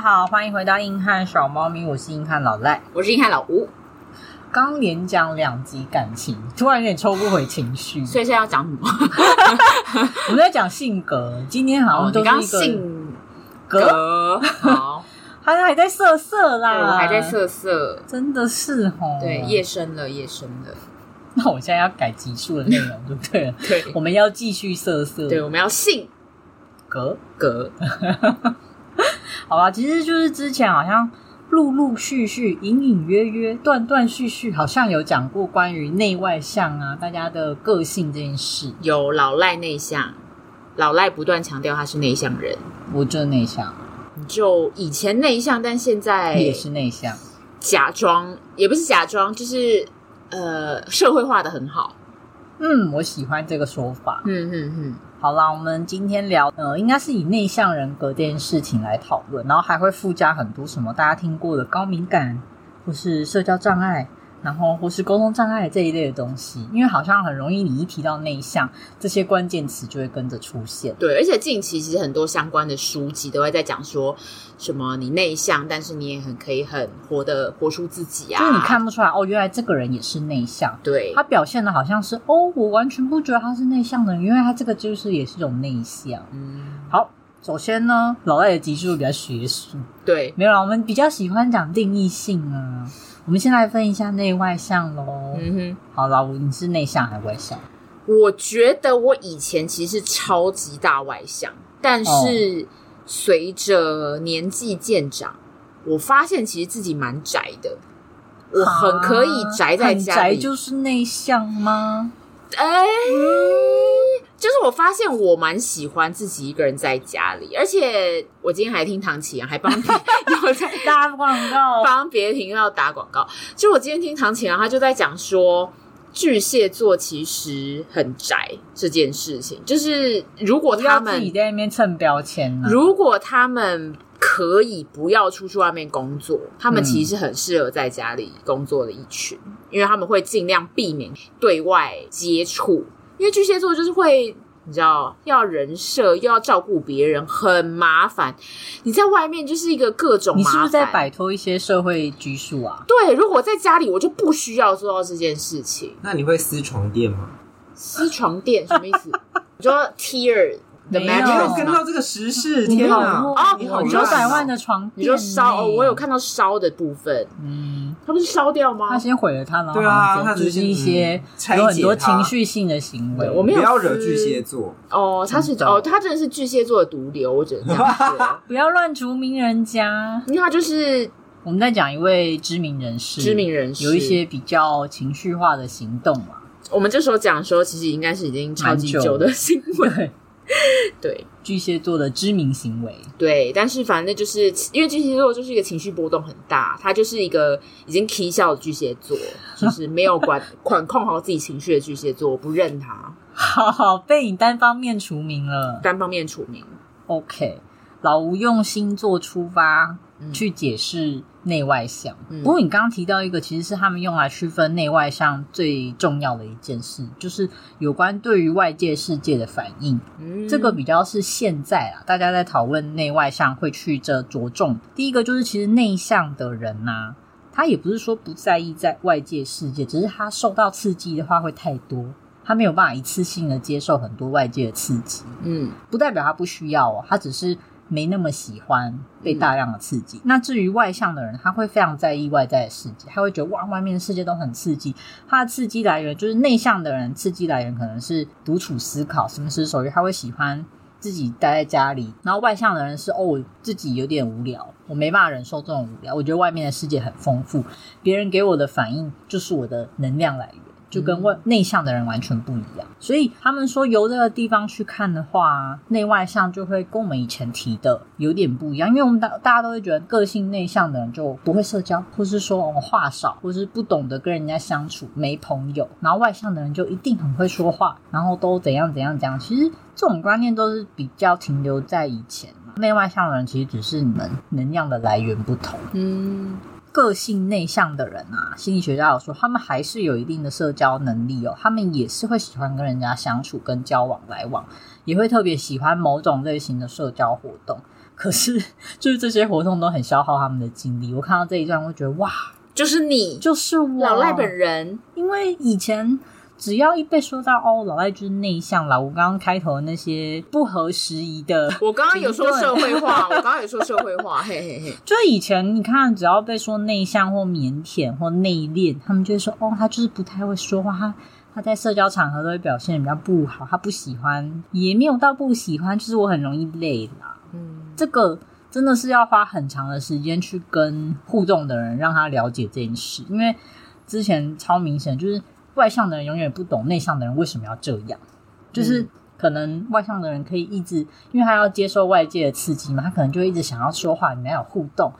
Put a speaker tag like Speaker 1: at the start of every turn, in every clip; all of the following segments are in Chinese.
Speaker 1: 好，欢迎回到硬汉小猫咪，我是硬汉老赖。
Speaker 2: 我是硬汉老吴，
Speaker 1: 刚连讲两集感情，突然有点抽不回情绪。
Speaker 2: 所以现在要讲什么？
Speaker 1: 我们在讲性格，今天好
Speaker 2: 哦
Speaker 1: 像，都
Speaker 2: 你刚刚
Speaker 1: 是一个
Speaker 2: 性
Speaker 1: 格，啊
Speaker 2: 格好，
Speaker 1: 他还在色色
Speaker 2: 对
Speaker 1: 啦，
Speaker 2: 我还在，瑟瑟，
Speaker 1: 真的是哦。
Speaker 2: 对，夜深了，夜深了，
Speaker 1: 那我现在要改集数的内容，对不 对？
Speaker 2: 对
Speaker 1: 我们要继续色色
Speaker 2: 对，我们要性
Speaker 1: 格，
Speaker 2: 格，
Speaker 1: 好吧？其实就是之前好像陆陆续续、隐隐约约、断断续续，好像有讲过关于内外向啊，大家的个性这件事。
Speaker 2: 有老赖内向，老赖不断强调他是内向人，
Speaker 1: 我就内向，
Speaker 2: 就以前内向，但现在
Speaker 1: 你也是内向。
Speaker 2: 假装，也不是假装，就是呃，社会化的很好，
Speaker 1: 嗯，我喜欢这个说法。
Speaker 2: 嗯嗯
Speaker 1: 好啦，我们今天聊，呃，应该是以内向人格这件事情来讨论，然后还会附加很多什么大家听过的高敏感，或是社交障碍，然后或是沟通障碍这一类的东西，因为好像很容易你一提到内向，这些关键词就会跟着出现。
Speaker 2: 对，而且近期其实很多相关的书籍都会在讲说什么你内向，但是你也很可以很活的活出自己啊，
Speaker 1: 就是你看不出来哦，原来这个人也是内向，
Speaker 2: 对
Speaker 1: 他，表现的好像是哦，我完全不觉得他是内向的人，因为他这个就是也是一种内向。
Speaker 2: 嗯，
Speaker 1: 好，首先呢，老赖的集数比较学术，
Speaker 2: 对，
Speaker 1: 没有啦，我们比较喜欢讲定义性啊。我们先来分一下内外向喽。
Speaker 2: 嗯
Speaker 1: 好，老吴，你是内向还是外向？
Speaker 2: 哼，我觉得我以前其实是超级大外向，但
Speaker 1: 哦
Speaker 2: 是随着年纪渐长，我发现其实自己蛮宅的。我很可以宅在
Speaker 1: 很
Speaker 2: 家
Speaker 1: 宅
Speaker 2: 里，
Speaker 1: 就是内向吗？
Speaker 2: 哎、就是我发现我蛮喜欢自己一个人在家里，而且我今天还听唐启阳还帮有在
Speaker 1: 打广 告，
Speaker 2: 帮别的频道打广告。就我今天听唐启阳，他就在讲说。巨蟹座其实很宅这件事情，就是如果
Speaker 1: 不
Speaker 2: 他
Speaker 1: 要自己
Speaker 2: 们
Speaker 1: 在那边蹭标签啊呢、
Speaker 2: 如果他们可以不要出去外面工作，他们
Speaker 1: 嗯
Speaker 2: 其实是很适合在家里工作的一群，因为他们会尽量避免对外接触，因为巨蟹座就是会。你知道，要人设又要照顾别人，很麻烦。你在外面就是一个各种
Speaker 1: 你
Speaker 2: 麻
Speaker 1: 是
Speaker 2: 烦。
Speaker 1: 不是在摆脱一些社会拘束啊？
Speaker 2: 对，如果在家里，我就不需要做到这件事情。
Speaker 3: 那你会撕床垫吗？
Speaker 2: 撕床垫什么意思？你说 tear the
Speaker 1: 没有
Speaker 3: 你有
Speaker 2: magic
Speaker 3: 跟到这个时事，
Speaker 1: 你
Speaker 3: 天
Speaker 1: 没有
Speaker 3: 哪！
Speaker 2: 哦
Speaker 3: 你好
Speaker 1: 我
Speaker 3: 烂
Speaker 1: 九
Speaker 3: 哦
Speaker 1: 百万的床
Speaker 2: 你
Speaker 1: 垫呢、
Speaker 2: 说烧哦，我有看到烧的部分，
Speaker 1: 嗯，
Speaker 2: 它不是烧掉吗？
Speaker 1: 他先毁了他，然后
Speaker 3: 对啊，他
Speaker 1: 只
Speaker 3: 只
Speaker 1: 是一些
Speaker 3: 嗯、拆解
Speaker 1: 有很多
Speaker 3: 它
Speaker 1: 情，绪性的行为。
Speaker 3: 对
Speaker 2: 我没有
Speaker 3: 不要惹
Speaker 2: 撕
Speaker 3: 巨蟹座。
Speaker 2: 哦，他是
Speaker 1: 真的
Speaker 2: 哦，他真的是巨蟹座的毒瘤，我只能这样 说，
Speaker 1: 不要乱除名人家。
Speaker 2: 因为他就是
Speaker 1: 我们在讲一位知名人士，
Speaker 2: 知名人士，
Speaker 1: 有一些比较情绪化的行 动嘛。
Speaker 2: 我们这时候讲说，其实应该是已经超级
Speaker 1: 蛮久
Speaker 2: 久的新闻，
Speaker 1: 对，
Speaker 2: 对
Speaker 1: 巨蟹座的知名行为，
Speaker 2: 对，但是反正就是因为巨蟹座就是一个情绪波动很大，他就是一个已经 K 笑的巨蟹座，就是没有 管管控好自己情绪的巨蟹座，我不认他，
Speaker 1: 好好被你单方面除名了。
Speaker 2: 单方面除名，
Speaker 1: OK，老吴用星座出发
Speaker 2: 嗯
Speaker 1: 去解释内外向。
Speaker 2: 嗯
Speaker 1: 不过你刚刚提到一个，其实是他们用来区分内外向最重要的一件事，就是有关对于外界世界的反应。
Speaker 2: 嗯，
Speaker 1: 这个比较是现在啊，大家在讨论内外向会去这着重。第一个就是，其实内向的人呐、他也不是说不在意在外界世界，只是他受到刺激的话会太多，他没有办法一次性的接受很多外界的刺激。
Speaker 2: 嗯
Speaker 1: 不代表他不需要哦，他只是没那么喜欢被大量的刺激。那至于外向的人，他会非常在意外在的世界，他会觉得哇，外面的世界都很刺激。他的刺激来源就是内向的人，刺激来源可能是独处思考、深思熟虑，他会喜欢。自己待在家里，然后外向的人是哦，我自己有点无聊，我没办法忍受这种无聊。我觉得外面的世界很丰富，别人给我的反应就是我的能量来源，就跟外内向的人完全不一样。所以他们说由这个地方去看的话，内外向就会跟我们以前提的有点不一样，因为我们大大家都会觉得个性内向的人就不会社交，或是说哦话少，或是不懂得跟人家相处，没朋友。然后外向的人就一定很会说话，然后都怎样怎样怎样。其实这种观念都是比较停留在以前嘛。内外向的人其实只是你们能量的来源不同。
Speaker 2: 嗯
Speaker 1: 个性内向的人啊，心理学家有说，他们还是有一定的社交能力哦，他们也是会喜欢跟人家相处、跟交往来往，也会特别喜欢某种类型的社交活动。 可是就是这些活动都很消耗他们的精力。我看到这一段，我觉得哇，
Speaker 2: 就是你，
Speaker 1: 就是我
Speaker 2: 老赖本人，
Speaker 1: 因为以前只要一被说到哦，老赖就是内向啦，我刚刚开头的那些不合时宜的，
Speaker 2: 我刚刚有说社会化，我刚刚有说社会化，嘿嘿嘿，
Speaker 1: 就是以前你看，只要被说内向或腼腆或内敛，他们就会说哦，他就是不太会说话，他他在社交场合都会表现得比较不好，他不喜欢，也没有到不喜欢，就是我很容易累啦。
Speaker 2: 嗯，
Speaker 1: 这个真的是要花很长的时间去跟互动的人让他了解这件事，因为之前超明显，就是外向的人永远不懂内向的人为什么要这样，就是。可能外向的人可以一直，因为他要接受外界的刺激嘛，他可能就一直想要说话，你们要有互动。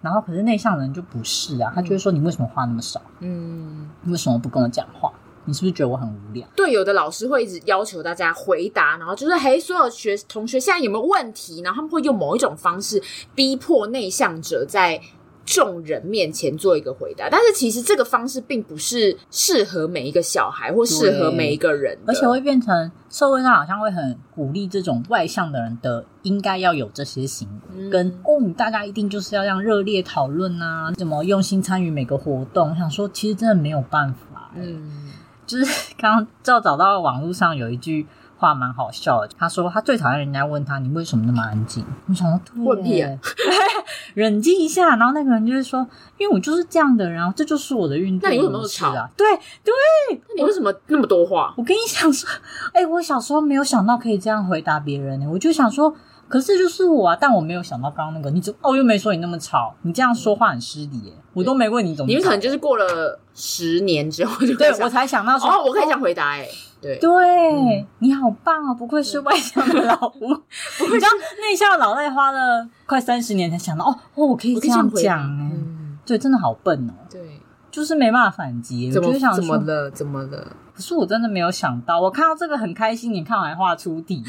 Speaker 1: 然后，可是内向的人就不是啊，他就会说：“你为什么话那么少？
Speaker 2: 嗯，
Speaker 1: 你为什么不跟我讲话？你是不是觉得我很无聊？”
Speaker 2: 对，有的老师会一直要求大家回答，然后就是嘿，所有学同学现在有没有问题？然后他们会用某一种方式逼迫内向者在众人面前做一个回答，但是其实这个方式并不是适合每一个小孩或适合每一个人的，
Speaker 1: 而且会变成社会上好像会很鼓励这种外向的人的应该要有这些行为，
Speaker 2: 嗯
Speaker 1: 跟哦，你大家一定就是要让热烈讨论啊，怎么用心参与每个活动。我想说，其实真的没有办法、
Speaker 2: 嗯，
Speaker 1: 就是刚刚就找到网络上有一句话蛮好笑的，他说他最讨厌人家问他你为什么那么安静。我想说，对
Speaker 2: 问屁啊
Speaker 1: 冷静一下。然后那个人就会说，因为我就是这样的人啊，这就是我的运动
Speaker 2: 那你为什么那
Speaker 1: 模
Speaker 2: 么
Speaker 1: 式
Speaker 2: 吵
Speaker 1: 啊？对对，
Speaker 2: 那你为什么那么多话？
Speaker 1: 我跟你讲说，哎、我小时候没有想到可以这样回答别人呢、我就想说。可是就是我啊，但我没有想到刚刚那个，你怎么哦又没说你那么吵，你这样说话很失礼耶、我都没问你怎么吵，
Speaker 2: 你们可能就是过了十年之后就
Speaker 1: 对
Speaker 2: 开始
Speaker 1: 我才想到说哦
Speaker 2: 哦，我可以这样回答哎、对，
Speaker 1: 对、你好棒哦，不愧是外向的 老吴。你知道内向的老赖花了快三十年才想到哦，哦，我可以
Speaker 2: 我可
Speaker 1: 这
Speaker 2: 以这样
Speaker 1: 样
Speaker 2: 回答，
Speaker 1: 讲哎、
Speaker 2: 嗯，
Speaker 1: 对，真的好笨哦，
Speaker 2: 对，
Speaker 1: 就是没办法反击。
Speaker 2: 怎
Speaker 1: 我
Speaker 2: 么
Speaker 1: 就想
Speaker 2: 怎么
Speaker 1: 说，
Speaker 2: 了？怎么了？
Speaker 1: 可是我真的没有想到，我看到这个很开心，你看我还画出地，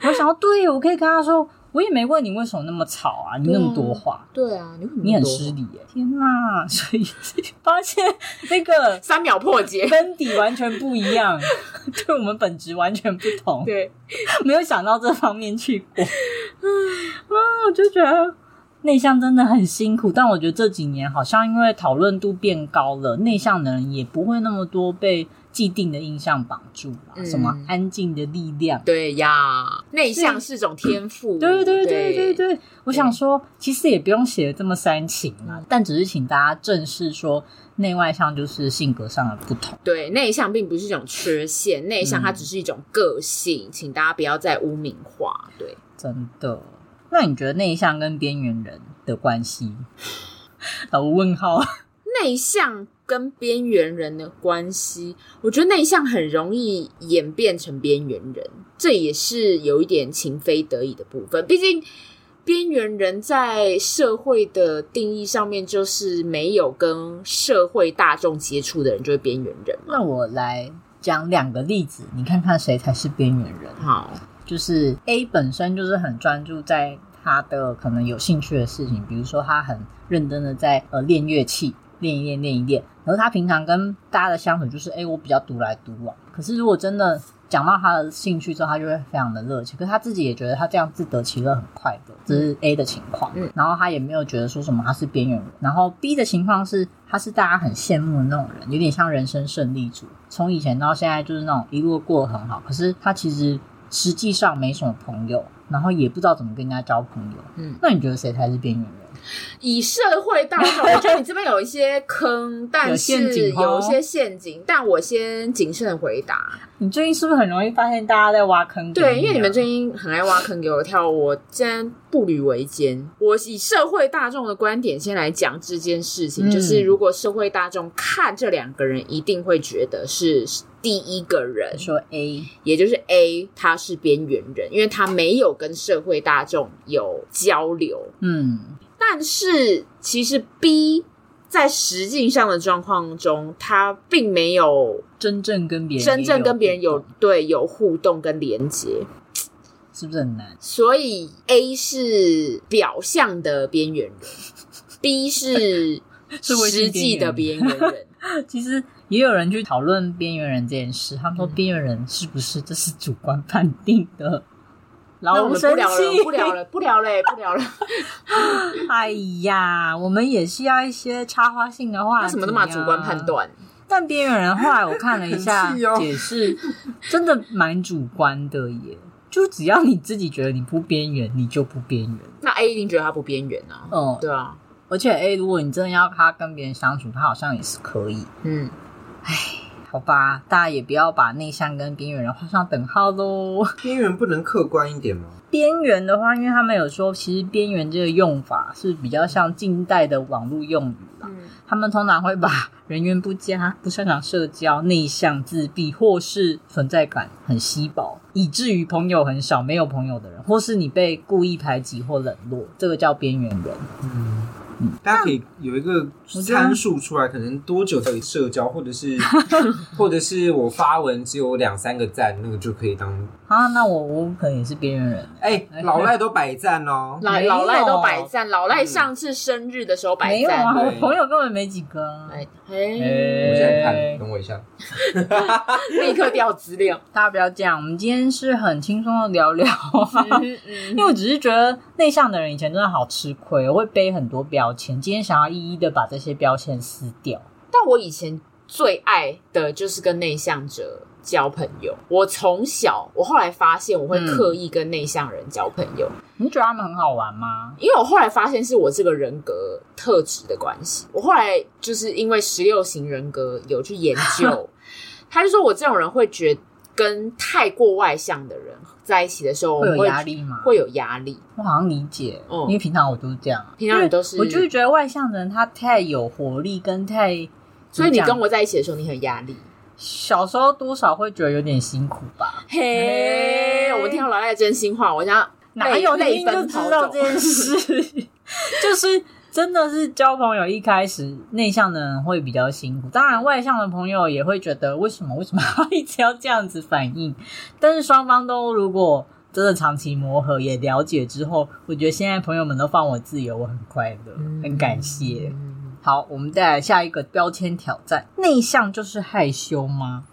Speaker 1: 我想到对，我可以跟他说，我也没问你为什么那么吵啊，你那么多话。
Speaker 2: 对啊，你为什么
Speaker 1: 你
Speaker 2: 那么
Speaker 1: 很
Speaker 2: 多
Speaker 1: 失礼耶！天哪，所以发现那个
Speaker 2: 三秒破 解。
Speaker 1: 根底完全不一样， 对我们本质完全不同。
Speaker 2: 对，
Speaker 1: 没有想到这方面去过。 嗯，我就觉得内向真的很辛苦，但我觉得这几年好像因为讨论度变高了，内向的人也不会那么多被既定的印象绑住吧，
Speaker 2: 嗯
Speaker 1: 什么安静的力量。
Speaker 2: 对呀，内向是种天赋。
Speaker 1: 对对嗯对对
Speaker 2: 对，
Speaker 1: 对，我想说，其实也不用写的这么煽情啦，但只是请大家正视说，内外向就是性格上的不同。
Speaker 2: 对内向并不是一种缺陷，内向
Speaker 1: 嗯
Speaker 2: 它只是一种个性，请大家不要再污名化。对，
Speaker 1: 真的。那你觉得内向跟边缘人的关系？ 老吴问号，
Speaker 2: 内向跟边缘人的关系，我觉得内向很容易演变成边缘人，这也是有一点情非得已的部分。毕竟，边缘人在社会的定义上面，就是没有跟社会大众接触的人，就是边缘人嘛。
Speaker 1: 那我来讲两个例子，你看看谁才是边缘人。
Speaker 2: 好，
Speaker 1: 就是 A 本身就是很专注在他的可能有兴趣的事情，比如说他很认真的在呃练乐器，练一练，练一练。然后他平常跟大家的相处就是，哎、我比较独来独往。可是如果真的讲到他的兴趣之后，他就会非常的热情。可是他自己也觉得他这样自得其乐很快乐，这是 A 的情况。
Speaker 2: 嗯
Speaker 1: 然后他也没有觉得说什么他是边缘人。然后 B 的情况是，他是大家很羡慕的那种人，有点像人生胜利组，从以前到现在就是那种一路过得很好。可是他其实实际上没什么朋友，然后也不知道怎么跟人家交朋友。
Speaker 2: 嗯
Speaker 1: 那你觉得谁才是边缘人？
Speaker 2: 以社会大众，我觉得你这边有一些坑，但
Speaker 1: 有陷
Speaker 2: 是
Speaker 1: 阱哦
Speaker 2: 有一些陷阱，但我先谨慎地回答。
Speaker 1: 你最近是不是很容易发现大家在挖坑给啊、
Speaker 2: 对，因为你们最近很爱挖坑给我跳，我竟然步履维艰。我以社会大众的观点先来讲这件事情，
Speaker 1: 嗯
Speaker 2: 就是如果社会大众看这两个人，一定会觉得是第一个人，
Speaker 1: 说哎 A
Speaker 2: 也就是 A，他是边缘人，因为他没有跟社会大众有交流。
Speaker 1: 嗯，
Speaker 2: 但是其实 B 在实际上的状况中，他并没有
Speaker 1: 真正跟别人
Speaker 2: 真正跟别人
Speaker 1: 互
Speaker 2: 有
Speaker 1: 动
Speaker 2: 对有互动跟连接。
Speaker 1: 是不是很难？
Speaker 2: 所以 A 是表象的边缘 人，B 是
Speaker 1: 是微信
Speaker 2: 实际的边缘人。
Speaker 1: 其实也有人去讨论边缘人这件事，他们说边缘人是不是这是主观判定的？
Speaker 2: 那
Speaker 1: 老
Speaker 2: 我
Speaker 1: 吴
Speaker 2: 们不
Speaker 1: 生
Speaker 2: 聊了，不聊
Speaker 1: 气。
Speaker 2: 了，不聊了，不 聊了。
Speaker 1: 哎呀，我们也需要一些插花性的话、啊
Speaker 2: 他什么都啊嘛主观判。断，
Speaker 1: 但边缘人后来我看了一下
Speaker 3: 很气哦
Speaker 1: 解释，真的蛮主观的耶。就只要你自己觉得你不边缘，你就不边缘。
Speaker 2: 那 A 一定觉得他不边缘啊。
Speaker 3: 哦
Speaker 1: 嗯，
Speaker 2: 对啊，
Speaker 1: 而且 A，如果你真的要他跟别人相处，他好像也是可以。
Speaker 2: 嗯，
Speaker 1: 好吧，大家也不要把内向跟边缘人画上等号喽。
Speaker 3: 边缘不能客观一点吗？
Speaker 1: 边缘的话，因为他们有说，其实边缘这个用法是比较像近代的网络用语啦。
Speaker 2: 嗯
Speaker 1: 他们通常会把人缘不佳、不擅长社交、内向、自闭，或是存在感很稀薄，以至于朋友很少、没有朋友的人，或是你被故意排挤或冷落，这个叫边缘人。
Speaker 3: 嗯。大家可以有一个参数出来，可能多久才有社交，或者是或者是我发文只有两三个赞，那个就可以当
Speaker 1: 啊，那我我可能也是边缘人。
Speaker 3: 哎、老赖都百赞哦，
Speaker 2: 老
Speaker 1: 没有
Speaker 2: 老赖都百赞，老赖上次生日的时候百
Speaker 1: 没有啊，
Speaker 2: 赞。
Speaker 1: 我
Speaker 3: 对
Speaker 1: 朋友根本没几个啊。
Speaker 2: 哎
Speaker 1: 哎
Speaker 2: 哎，
Speaker 3: 我现在看，等我一下。
Speaker 2: 立刻调资料。
Speaker 1: 大家不要这样，我们今天是很轻松的聊聊，
Speaker 2: 嗯嗯
Speaker 1: 因为我只是觉得内向的人以前真的好吃亏哦，我会背很多标签。今天想要一一的把这些标签撕掉。
Speaker 2: 但我以前最爱的就是跟内向者交朋友。我从小，我后来发现我会
Speaker 1: 嗯
Speaker 2: 刻意跟内向人交朋友，
Speaker 1: 你觉得他们很好玩吗？
Speaker 2: 因为我后来发现是我这个人格特质的关系。我后来就是因为十六型人格有去研 究，他就说我这种人会觉得跟太过外向的人在一起的时候，我
Speaker 1: 会
Speaker 2: 们
Speaker 1: 有压，力吗？
Speaker 2: 会有压力。
Speaker 1: 我好像理解，
Speaker 2: 嗯
Speaker 1: 因为平常我都是这样啊，
Speaker 2: 平常你都是
Speaker 1: 因为我就是觉得外向的人他太有活力跟太，
Speaker 2: 所以你跟
Speaker 1: 我
Speaker 2: 我在一起的时候，你很有压力。
Speaker 1: 小时候多少会觉得有点辛苦吧？
Speaker 2: 嘿，我们听到老赖的真心话，我想
Speaker 1: 哪有
Speaker 2: 泪
Speaker 1: 听就
Speaker 2: 奔
Speaker 1: 知
Speaker 2: 跑
Speaker 1: 道
Speaker 2: 走
Speaker 1: 这件事？就是真的是交朋友一开始内向的人会比较辛苦，当然外向的朋友也会觉得为什么为什么他一直要这样子反应，但是双方都如果。真的长期磨合也了解之后，我觉得现在朋友们都放我自由，我很快乐，
Speaker 2: 嗯
Speaker 1: 很感谢。
Speaker 2: 嗯
Speaker 1: 好，我们再来下一个标签挑战：内向就是害羞吗？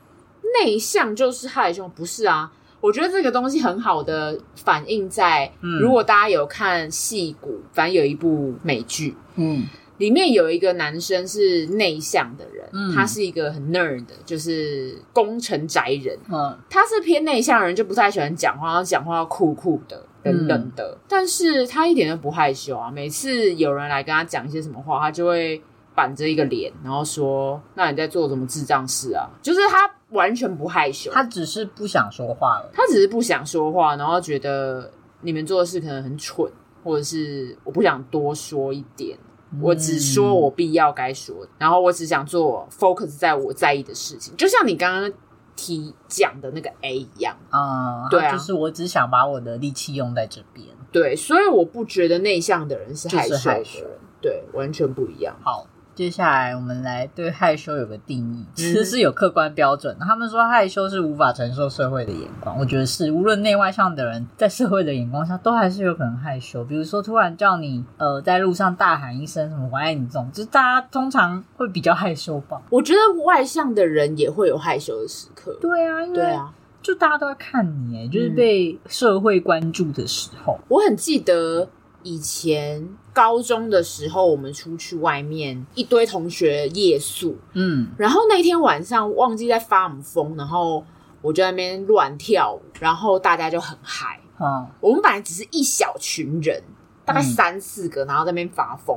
Speaker 2: 内向就是害羞，不是啊？我觉得这个东西很好的反映在，
Speaker 1: 嗯
Speaker 2: 如果大家有看《戏骨》，反正有一部美剧，
Speaker 1: 嗯
Speaker 2: 里面有一个男生是内向的人，
Speaker 1: 嗯
Speaker 2: 他是一个很 nerd 的，就是工程宅人，
Speaker 1: 嗯，
Speaker 2: 他是偏内向的人，就不太喜欢讲话，讲话要酷酷的、
Speaker 1: 嗯
Speaker 2: 冷冷的。但是他一点都不害羞啊！每次有人来跟他讲一些什么话，他就会板着一个脸，然后说：“那你在做什么智障事啊？”就是他完全不害羞，
Speaker 1: 他
Speaker 2: 他
Speaker 1: 只是不想说话了。
Speaker 2: 他只是不想说话，然后觉得你们做的事可能很蠢，或者是我不想多说一点。
Speaker 1: 嗯
Speaker 2: 我只说我必要该说的，然后我只想做 focus 在我在意的事情，就像你刚刚提讲的那个 A 一样，
Speaker 1: 啊，
Speaker 2: 对啊
Speaker 1: 就是我只想把我的力气用在这边。
Speaker 2: 对，所以我不觉得内向的人是害羞
Speaker 1: 就是害
Speaker 2: 的
Speaker 1: 羞
Speaker 2: 人，对，完全不一样。
Speaker 1: 好，接下来我们来对害羞有个定义，其
Speaker 2: 嗯
Speaker 1: 实是有客观标准的。他们说害羞是无法承受社会的眼光，我觉得是，无论内外向的人，在社会的眼光下都还是有可能害羞。比如说，突然叫你呃在路上大喊一声什么“我爱你”这种，就是大家通常会比较害羞吧。
Speaker 2: 我觉得外向的人也会有害羞的时刻，
Speaker 1: 对啊，因
Speaker 2: 对
Speaker 1: 为
Speaker 2: 啊。
Speaker 1: 就大家都在看你，哎就是
Speaker 2: 嗯
Speaker 1: 被社会关注的时候，
Speaker 2: 我很记得以前高中的时候，我们出去外面一堆同学夜宿，
Speaker 1: 嗯，
Speaker 2: 然后那天晚上忘记在发什么疯，然后我就在那边乱跳舞，然后大家就很嗨。
Speaker 1: 哦，
Speaker 2: 我们本来只是一小群人，大概
Speaker 1: 嗯
Speaker 2: 三四个，然后在那边发疯。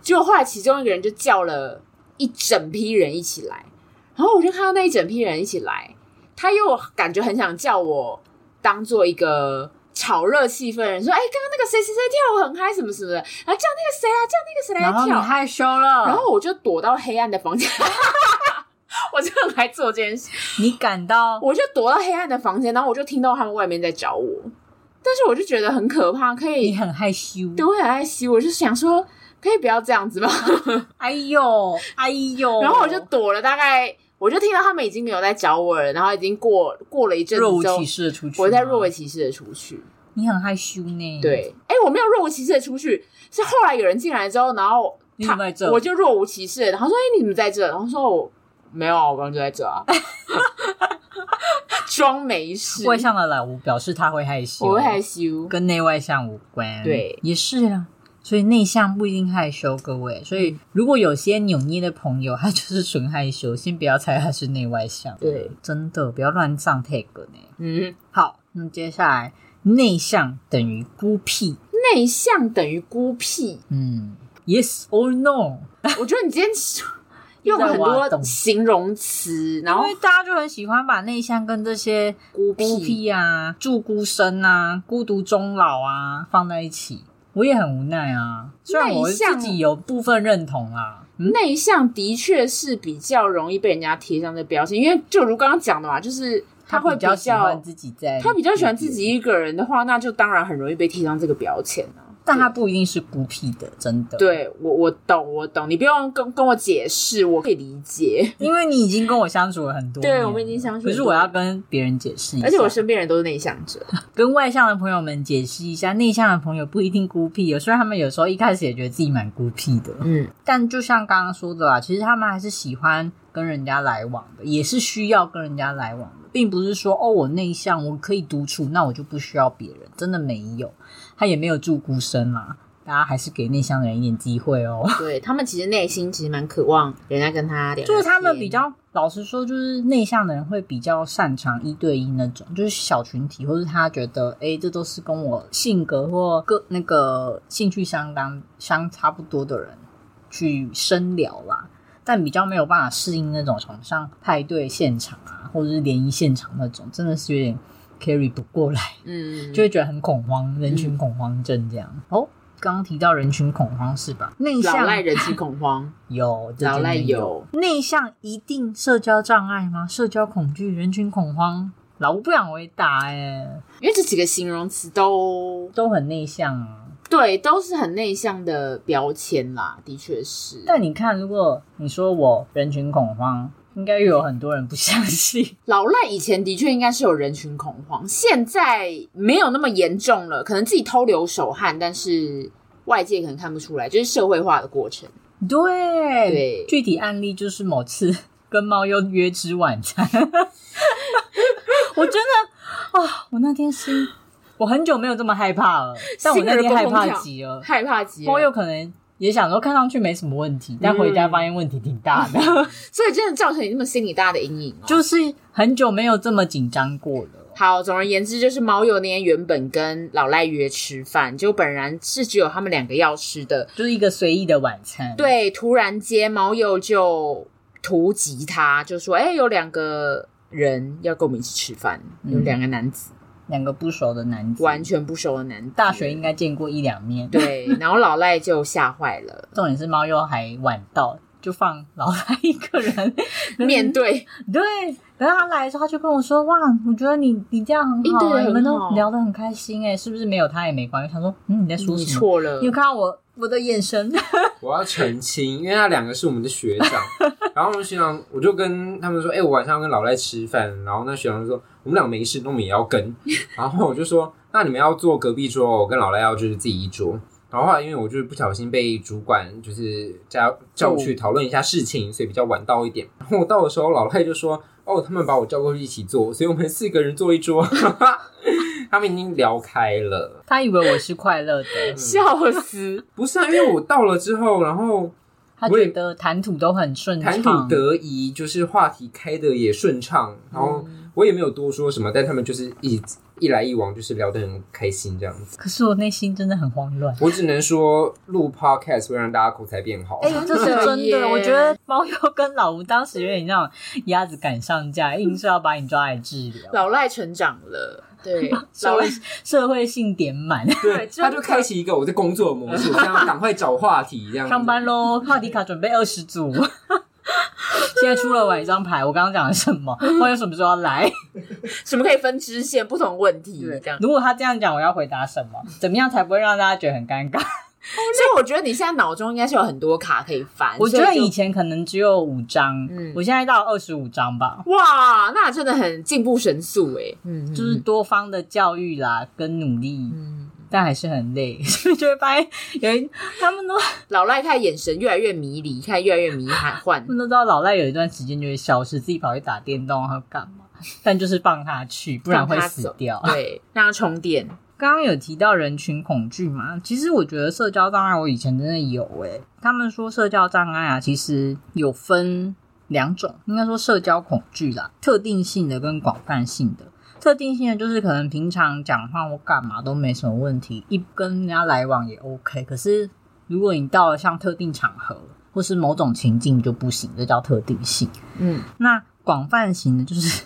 Speaker 2: 结果后来其中一个人就叫了一整批人一起来，然后我就看到那一整批人一起来，他又感觉很想叫我当做一个。炒热气氛的人说：“哎、刚刚那个谁谁谁跳舞很嗨，什么什么的，然后叫那个谁啊，叫那个谁来
Speaker 1: 然后你
Speaker 2: 跳。”
Speaker 1: 害羞了，
Speaker 2: 然后我就躲到黑暗的房间， 我就很爱做这件事，
Speaker 1: 你感到
Speaker 2: 我就躲到黑暗的房间，然后我就听到他们外面在找我，但是我就觉得很可怕，可以
Speaker 1: 你很害羞，
Speaker 2: 对，我很爱惜，我就想说，可以不要这样子吗？
Speaker 1: 哎呦，哎呦，
Speaker 2: 然后我就躲了，大概我就听到他们已经没有在找我了，然后已经过过了一阵
Speaker 1: 若
Speaker 2: 子
Speaker 1: 无
Speaker 2: 之后
Speaker 1: 其，事的出去，
Speaker 2: 我在若无，其事的出去。
Speaker 1: 你很害羞呢，，
Speaker 2: 对，哎、我没有若无其事的出去，是后来有人进来之后，然后
Speaker 1: 你
Speaker 2: 他
Speaker 1: 怎么在这
Speaker 2: 我就若无其事地，然哦后说：“哎、你怎么在这？”然后说：“我没有啊，我刚刚就在这啊。” 装没事。
Speaker 1: 外向的懒无表示他会害羞，
Speaker 2: 我会害羞，
Speaker 1: 跟内外向无关。
Speaker 2: 对
Speaker 1: 也是啊。所以内向不一定害羞，各位。所
Speaker 2: 嗯
Speaker 1: 以如果有些扭捏的朋友，他就是纯害羞，先不要猜他是内外向。
Speaker 2: 对，
Speaker 1: 真的不要乱上 tag 呢。
Speaker 2: 嗯，
Speaker 1: 好，那接下来内向等于孤僻。
Speaker 2: 内向等于孤僻。
Speaker 1: 嗯，yes or no？
Speaker 2: 我觉得你 今天用了很
Speaker 1: 在挖洞
Speaker 2: 多形容词，然
Speaker 1: 因
Speaker 2: 后
Speaker 1: 为大家就很喜欢把内向跟这些
Speaker 2: 孤
Speaker 1: 孤
Speaker 2: 僻，
Speaker 1: 僻啊、住孤身啊、孤独终老啊放在一起，我也很无奈啊。虽然我
Speaker 2: 内向
Speaker 1: 自己有部分认同啦、嗯，
Speaker 2: 内向的确是比较容易被人家贴上这标签，因为就如刚刚讲的嘛，就是他会
Speaker 1: 比较喜欢
Speaker 2: 较
Speaker 1: 自己在，
Speaker 2: 他比较喜欢自己，一个人的话，那就当然很容易被贴上这个标签啊。
Speaker 1: 但他不一定是孤僻的，真的。，
Speaker 2: 对我，我懂，我懂，你不用跟跟我解释，我可以理解。
Speaker 1: 因为你已经跟我相处了很多
Speaker 2: 对
Speaker 1: 年了，
Speaker 2: 我们已经相处
Speaker 1: 可是
Speaker 2: 很多
Speaker 1: 我
Speaker 2: 年
Speaker 1: 要跟别人解释一下，
Speaker 2: 而且我身边人都是内向者，
Speaker 1: 跟外向的朋友们解释一下，内向的朋友不一定孤僻哦。虽然他们有时候一开始也觉得自己蛮孤僻的，
Speaker 2: 嗯，
Speaker 1: 但就像刚刚说的啊啦，其实他们还是喜欢跟人家来往的，也是需要跟人家来往的，并不是说哦我内向，我可以独处，那我就不需要别人，真的没有，他也没有住孤身啦。大家还是给内向的人一点机会哦。
Speaker 2: 对他们其实内心其实蛮渴望人家跟他聊聊天，
Speaker 1: 就是他们比较老实说，就是内向的人会比较擅长一对一那种，就是小群体，或是他觉得哎、诶这都是跟我性格或个那个兴趣相当相差不多的人去深聊啦。但比较没有办法适应那种场上派对现场啊，或者是联谊现场那种，真的是有点 carry 不过来。
Speaker 2: 嗯，
Speaker 1: 就会觉得很恐慌，人群恐慌症这样。哦，刚刚提到人群恐慌是吧？内
Speaker 2: 老
Speaker 1: 向
Speaker 2: 赖人群恐 慌，
Speaker 1: 有，这
Speaker 2: 老
Speaker 1: 真
Speaker 2: 赖
Speaker 1: 的
Speaker 2: 有，嗯
Speaker 1: 内向一定社交障碍吗？社交恐惧、人群恐慌，老吴不想回答哎、
Speaker 2: 因为这几个形容词都
Speaker 1: 都很内向啊。
Speaker 2: 对，都是很内向的标签啦，的确是。
Speaker 1: 但你看，如果你说我人群恐慌，应该有很多人不相信。
Speaker 2: 老赖以前的确应该是有人群恐慌，现在没有那么严重了，可能自己偷流手汗，但是外界可能看不出来，就是社会化的过程。
Speaker 1: 对
Speaker 2: 对
Speaker 1: 具体案例就是某次 跟猫又约吃晚餐， 我真的啊、我那天心，我很久没有这么害怕了，但我那天害怕极了。
Speaker 2: 害怕极了
Speaker 1: 猫又可能也想说看上去没什么问题，但回家
Speaker 2: 嗯
Speaker 1: 发现问题挺大的。
Speaker 2: 所以真的造成你那么心理大的阴影、哦。
Speaker 1: 就是很久没有这么紧张过了。
Speaker 2: 好，总而言之，就是猫友那天原本跟老赖约吃饭，就本然是只有他们两个要吃的，
Speaker 1: 就是一个随意的晚餐，，
Speaker 2: 对，突然间猫友就突击他，就说：“哎、有两个人要跟我们一起吃饭，有
Speaker 1: 嗯
Speaker 2: 两个男子，
Speaker 1: 两个不熟的男子，
Speaker 2: 完全不熟的男子。”
Speaker 1: 大学应该见过一两面。，
Speaker 2: 对，然后老赖就吓坏 了，
Speaker 1: 重点是猫又还晚到，就放老赖一个人
Speaker 2: 面对
Speaker 1: 对。等到他来的时候，他就跟我说：“哇，我觉得你你这样很
Speaker 2: 哎应对得
Speaker 1: 好、啊，
Speaker 2: 很
Speaker 1: 你们都
Speaker 2: 好
Speaker 1: 聊得很开心哎、是不是没有他也没关系？”他说：“嗯，你在说
Speaker 2: 你
Speaker 1: 什么？
Speaker 2: 错了
Speaker 1: 你，有看到我我的眼神？
Speaker 3: 我要澄清，因为他两个是我们的学长，然后我们学长我就跟他们说，哎、我晚上要跟老赖吃饭，然后那学长就说我们俩没事，那我们也要跟，然后我就说那你们要坐隔壁桌，我跟老赖要就是自己一桌。然后后来因为我就是不小心被主管就是叫叫去讨论一下事情，所以比较晚到一点。然后我到的时候，老赖就说：“哦，他们把我叫过去一起坐，所以我们四个人坐一桌。” 他们已经聊开了。
Speaker 1: 他以为我是快乐的，
Speaker 2: 笑死，
Speaker 3: 不是啊，因为我到了之后，然后
Speaker 1: 他
Speaker 3: 我也
Speaker 1: 觉得谈吐都很顺畅，
Speaker 3: 谈吐得宜，就是话题开的也顺畅，然后我也没有多说什么，但他们就是一一来一往，就是聊得很开心这样子。
Speaker 1: 可是我内心真的很慌乱。”
Speaker 3: 我只能说，录 podcast 会让大家口才变好。
Speaker 1: 哎、这是真
Speaker 2: 耶
Speaker 1: 的，我觉得猫又跟老吴当时有点那种鸭子赶上架，硬是要把你抓来治疗，
Speaker 2: 老赖成长了， 对，
Speaker 1: 社
Speaker 2: 老
Speaker 1: 会
Speaker 2: 赖
Speaker 1: 社会性点满。
Speaker 3: 对，
Speaker 2: 真的
Speaker 3: 他就开启一个我在工作的模式，这样赶快找话题，这样子
Speaker 1: 上班喽，帕迪卡准备二十组。 现在出了晚一张牌，我刚刚讲了什么？猫又什么时候要来？
Speaker 2: 什么可以分支线，不同问题这样。
Speaker 1: 如果他这样讲，我要回答什么？怎么样才不会让大家觉得很尴 尬？
Speaker 2: 所以我觉得你现在脑中应该是有很多卡可以翻。
Speaker 1: 我觉得
Speaker 2: 所以
Speaker 1: 以
Speaker 2: 就
Speaker 1: 前可能只有五张，
Speaker 2: 嗯
Speaker 1: 我现在到二十五张吧。
Speaker 2: 哇，那真的很进步神速哎，嗯，
Speaker 1: 就是多方的教育啦，跟努力，
Speaker 2: 嗯，
Speaker 1: 但还是很累， 所以就会发现有一他们都他
Speaker 2: 老赖太眼神越来越迷离，看越来越迷喊幻。
Speaker 1: 们都知道老赖有一段时间就会消失，自己跑去打电动或干嘛，但就是放他去，不然会死掉。
Speaker 2: 对，让他充电。
Speaker 1: 刚刚有提到人群恐惧嘛，其实我觉得社交障碍我以前真的有诶、他们说社交障碍啊，其实有分两种，应该说社交恐惧啦，特定性的跟广泛性的。特定性的就是可能平常讲话或干嘛都没什么问题，一跟人家来往也 OK。可是如果你到了像特定场合或是某种情境就不行，这叫特定性。
Speaker 2: 嗯，
Speaker 1: 那广泛型的就是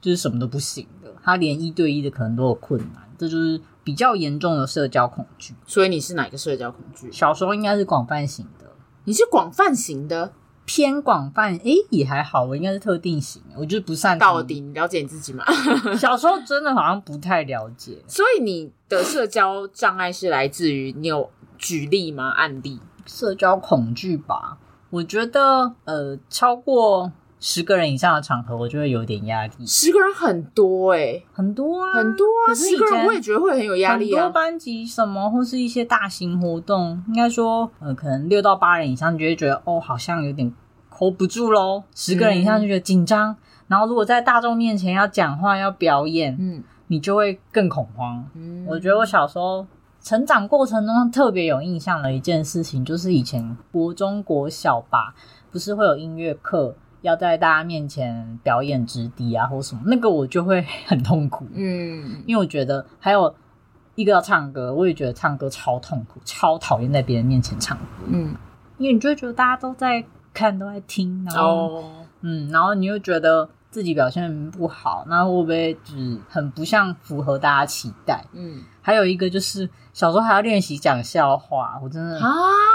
Speaker 1: 就是什么都不行的，他连一对一的可能都有困难，这就是比较严重的社交恐惧。
Speaker 2: 所以你是哪个社交恐惧？
Speaker 1: 小时候应该是广泛型的，
Speaker 2: 你是广泛型的，
Speaker 1: 偏广泛，诶，也还好，我应该是特定型，我就是不擅长
Speaker 2: 到。底你了解你自己吗？
Speaker 1: 小时候真的好像不太了解，
Speaker 2: 所以你的社交障碍是来自于你有举例吗？案例？
Speaker 1: 社交恐惧吧。我觉得，呃，超过十个人以上的场合，我就会有点压力，
Speaker 2: 十个人很多哎、
Speaker 1: 很多啊，
Speaker 2: 很多啊，
Speaker 1: 可是以
Speaker 2: 十个人
Speaker 1: 前
Speaker 2: 我也觉得会很有压力
Speaker 1: 很
Speaker 2: 啊
Speaker 1: 多。班级什么或是一些大型活动，应该说，呃，可能六到八人以上，你就会觉得哦，好像有点 hold 不住喽。十个人以上就觉得紧张，然后如果在大众面前要讲话、要表演，
Speaker 2: 嗯
Speaker 1: 你就会更恐慌。
Speaker 2: 嗯
Speaker 1: 我觉得我小时候成长过程中特别有印象的一件事情，就是以前国中、国小吧，不是会有音乐课。要在大家面前表演直笛啊，或什么，那个我就会很痛苦。
Speaker 2: 嗯，
Speaker 1: 因为我觉得还有一个要唱歌，我也觉得唱歌超痛苦，超讨厌在别人面前唱歌，
Speaker 2: 嗯
Speaker 1: 因为你就会觉得大家都在看，都在听，然后、
Speaker 2: 哦，
Speaker 1: 嗯，然后你又觉得自己表现不好，那会不会就是很不像符合大家期待？
Speaker 2: 嗯
Speaker 1: 还有一个就是小时候还要练习讲笑话，我真的
Speaker 2: 啊，